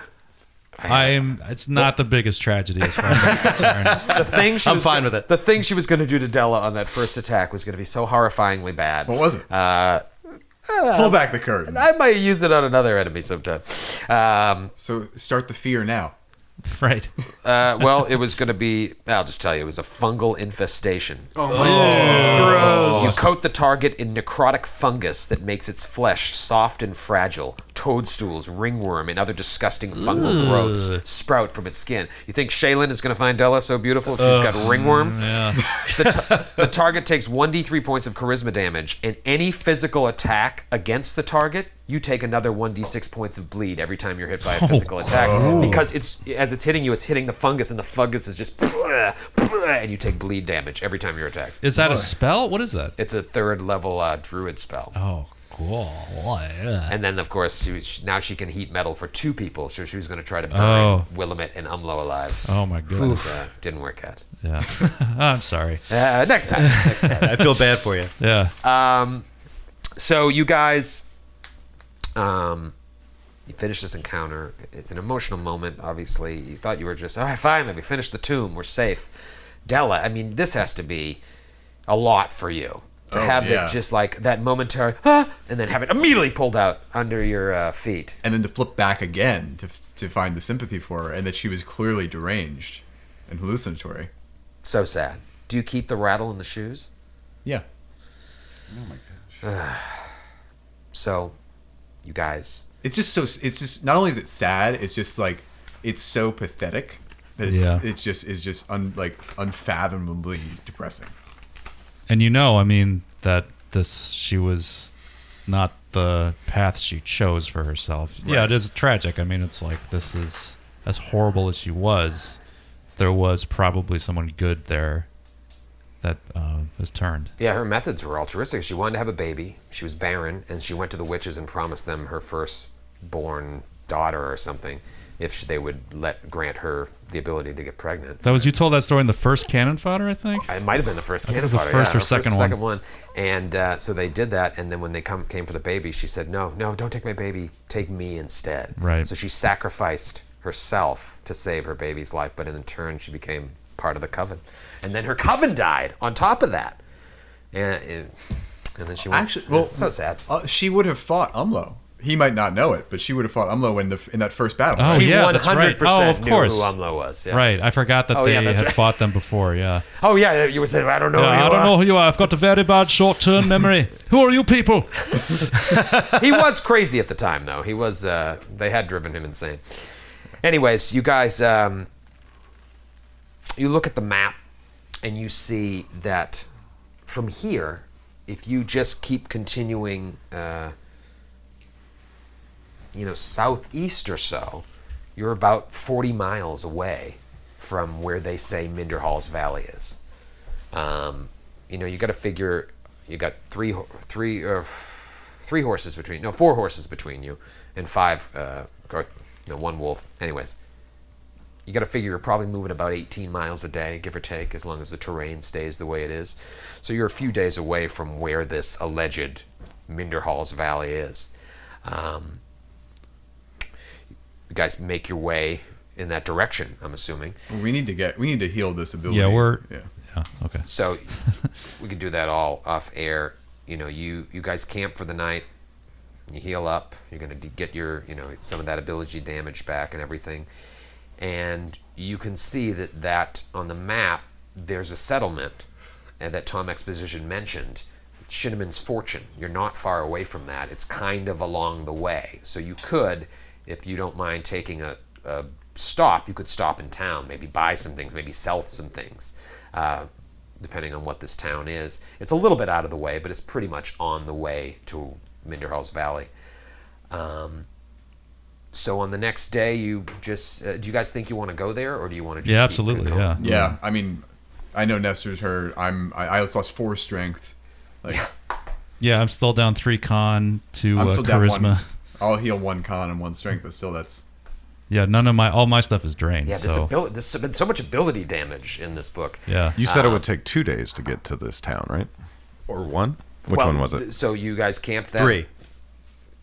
I am. It's not the biggest tragedy as far as I'm concerned.
the thing she
I'm
was
fine
with it. The thing she was going to do to Della on that first attack was going to be so horrifyingly bad. What was it? Uh,
Pull back the curtain.
I might use it on another enemy sometime. Um,
so start the fear now.
Right.
Uh, well, it was going to be. I'll just tell you, it was a fungal infestation.
Oh, my God.
Oh.
Gross.
You coat the target in necrotic fungus that makes its flesh soft and fragile. Toadstools, ringworm, and other disgusting fungal
Ugh.
growths sprout from its skin. You think Shaylin is going to find Della so beautiful if she's
Ugh,
got ringworm?
yeah.
the, ta- the target takes 1d3 points of charisma damage, and any physical attack against the target, you take another 1d6 points of bleed every time you're hit by a
Oh,
physical attack.
gross.
Because it's as it's hitting you, it's hitting the fungus, and the fungus is just. And you take bleed damage every time you're attacked.
Is that a spell? What is that?
It's a third level uh, druid spell.
Oh, cool. Yeah.
And then, of course, she, she- now she can heat metal for two people, so she was going to try to burn
Oh.
Willamette and Umlo alive.
Oh, my goodness.
But, uh, didn't work out.
Yeah. I'm sorry.
Uh, next time. Next time.
Yeah.
Um, so you guys, um, you finish this encounter. It's an emotional moment. Obviously, you thought you were just all right. Finally, we finished the tomb. We're safe. Della, I mean, this has to be a lot for you to
Oh,
have
yeah.
it just like that momentary ah, and then have it immediately pulled out under your uh, feet.
And then to flip back again to, to find the sympathy for her and that she was clearly deranged and hallucinatory.
So sad. Do you keep the rattle in the shoes?
Yeah.
so, you guys.
It's just so. It's just not only is it sad. It's just like it's so pathetic that it's
Yeah.
it's just is just un, like unfathomably depressing.
And you know, I mean, that this she was not the path she chose for herself. Yeah, it is tragic. I mean, it's like this is as horrible as she was. There was probably someone good there that uh, was turned.
Yeah, her methods were altruistic. She wanted to have a baby. She was barren, and she went to the witches and promised them her first-born daughter or something, if sh- they would let grant her the ability to get pregnant.
That was you told that story in the first cannon fodder, I think.
It might have been the first
I think it
cannon
was the
fodder,
first
yeah,
or second one.
second one. And uh, so they did that, and then when they come came for the baby, she said, "No, no, don't take my baby. Take me instead."
Right.
So she sacrificed herself to save her baby's life, but in turn, she became part of the coven, and then her coven died on top of that, and. It, and then she went.
Actually, well,
so sad.
Uh, she would have fought Umlo. He might not know it, but she would have fought Umlo in the in that first battle.
Oh yeah, that's right. Oh, of course. Right, I forgot that
Oh,
they
yeah, that's
had
right.
fought them before. Yeah.
Oh yeah, you would say I don't know.
Yeah,
who you
I don't
are."
know who you are. I've got a very bad short-term memory. who are you people?
he was crazy at the time, though. He was. Uh, they had driven him insane. Anyways, you guys, um, you look at the map and you see that from here, if you just keep continuing, uh, you know, southeast or so, you're about 40 miles away from where they say Minderhall's Valley is. Um, you know, you got to figure you got three ho- three or three horses between no four horses between you and five uh, or no one wolf. Anyways, you got to figure you're probably moving about 18 miles a day, give or take, as long as the terrain stays the way it is. So you're a few days away from where this alleged Minderhall's Valley is. Um, you guys make your way in that direction. I'm assuming.
We need to get. We need to heal this ability.
Yeah, we're. Yeah. Okay.
So we could do that all off air. You know, you you guys camp for the night. You heal up. You're gonna de- get your you know some of that ability damage back and everything. And you can see that that on the map there's a settlement and that Tom Exposition mentioned. Shinneman's Fortune. You're not far away from that. It's kind of along the way. So you could, if you don't mind taking a, a stop, you could stop in town, maybe buy some things, maybe sell some things. Uh, depending on what this town is. It's a little bit out of the way, but it's pretty much on the way to Minderhall's Valley. Um, so on the next day, you just uh, do you guys think you want to go there, or do you want to just
Yeah,
keep
absolutely,
going?
yeah.
Yeah, I mean, I know Nestor's hurt. I'm. I, I lost four strength. Like
Yeah, I'm still down three con to uh,
I'm still down
charisma.
one. I'll heal one con and one strength, but still, that's
Yeah, none of my all my stuff is drained.
Yeah,
so.
this abil- there's been so much ability damage in this book.
You said it
Um,
would take two days to get to this town, right? Or one? Which
well,
one was it?
th- So you guys camped that
Three.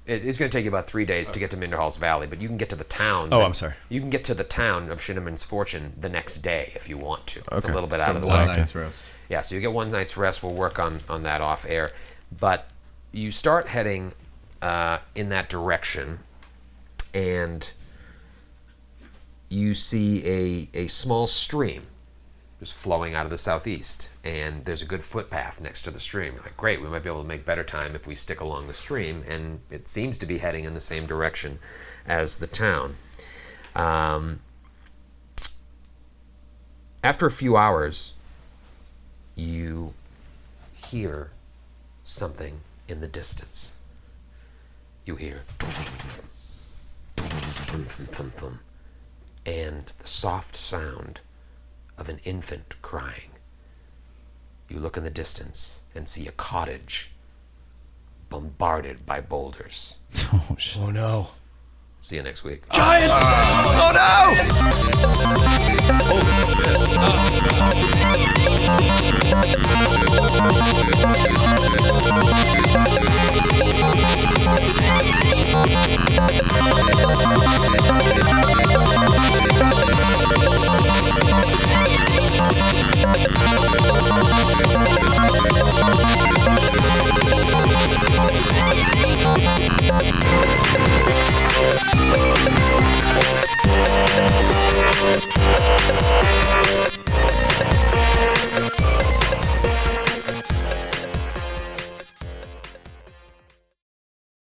It, it's going to take you about three days to get to Minderhall's Valley, but you can get to the town.
Oh,
that-
I'm sorry.
You can get to the town of Shinneman's Fortune the next day if you want to. It's a
Okay.
little bit
So
out of the
one
way.
night's rest.
Yeah, so you get one night's rest. We'll work on, on that off air. But you start heading uh, in that direction, and you see a, a small stream just flowing out of the southeast. And there's a good footpath next to the stream. You're like, great, we might be able to make better time if we stick along the stream. And it seems to be heading in the same direction as the town. Um, after a few hours, you hear something in the distance. You hear and the soft sound of an infant crying. You look in the distance and see a cottage bombarded by boulders.
Oh, shit.
oh no.
See you next week.
Giants!
Oh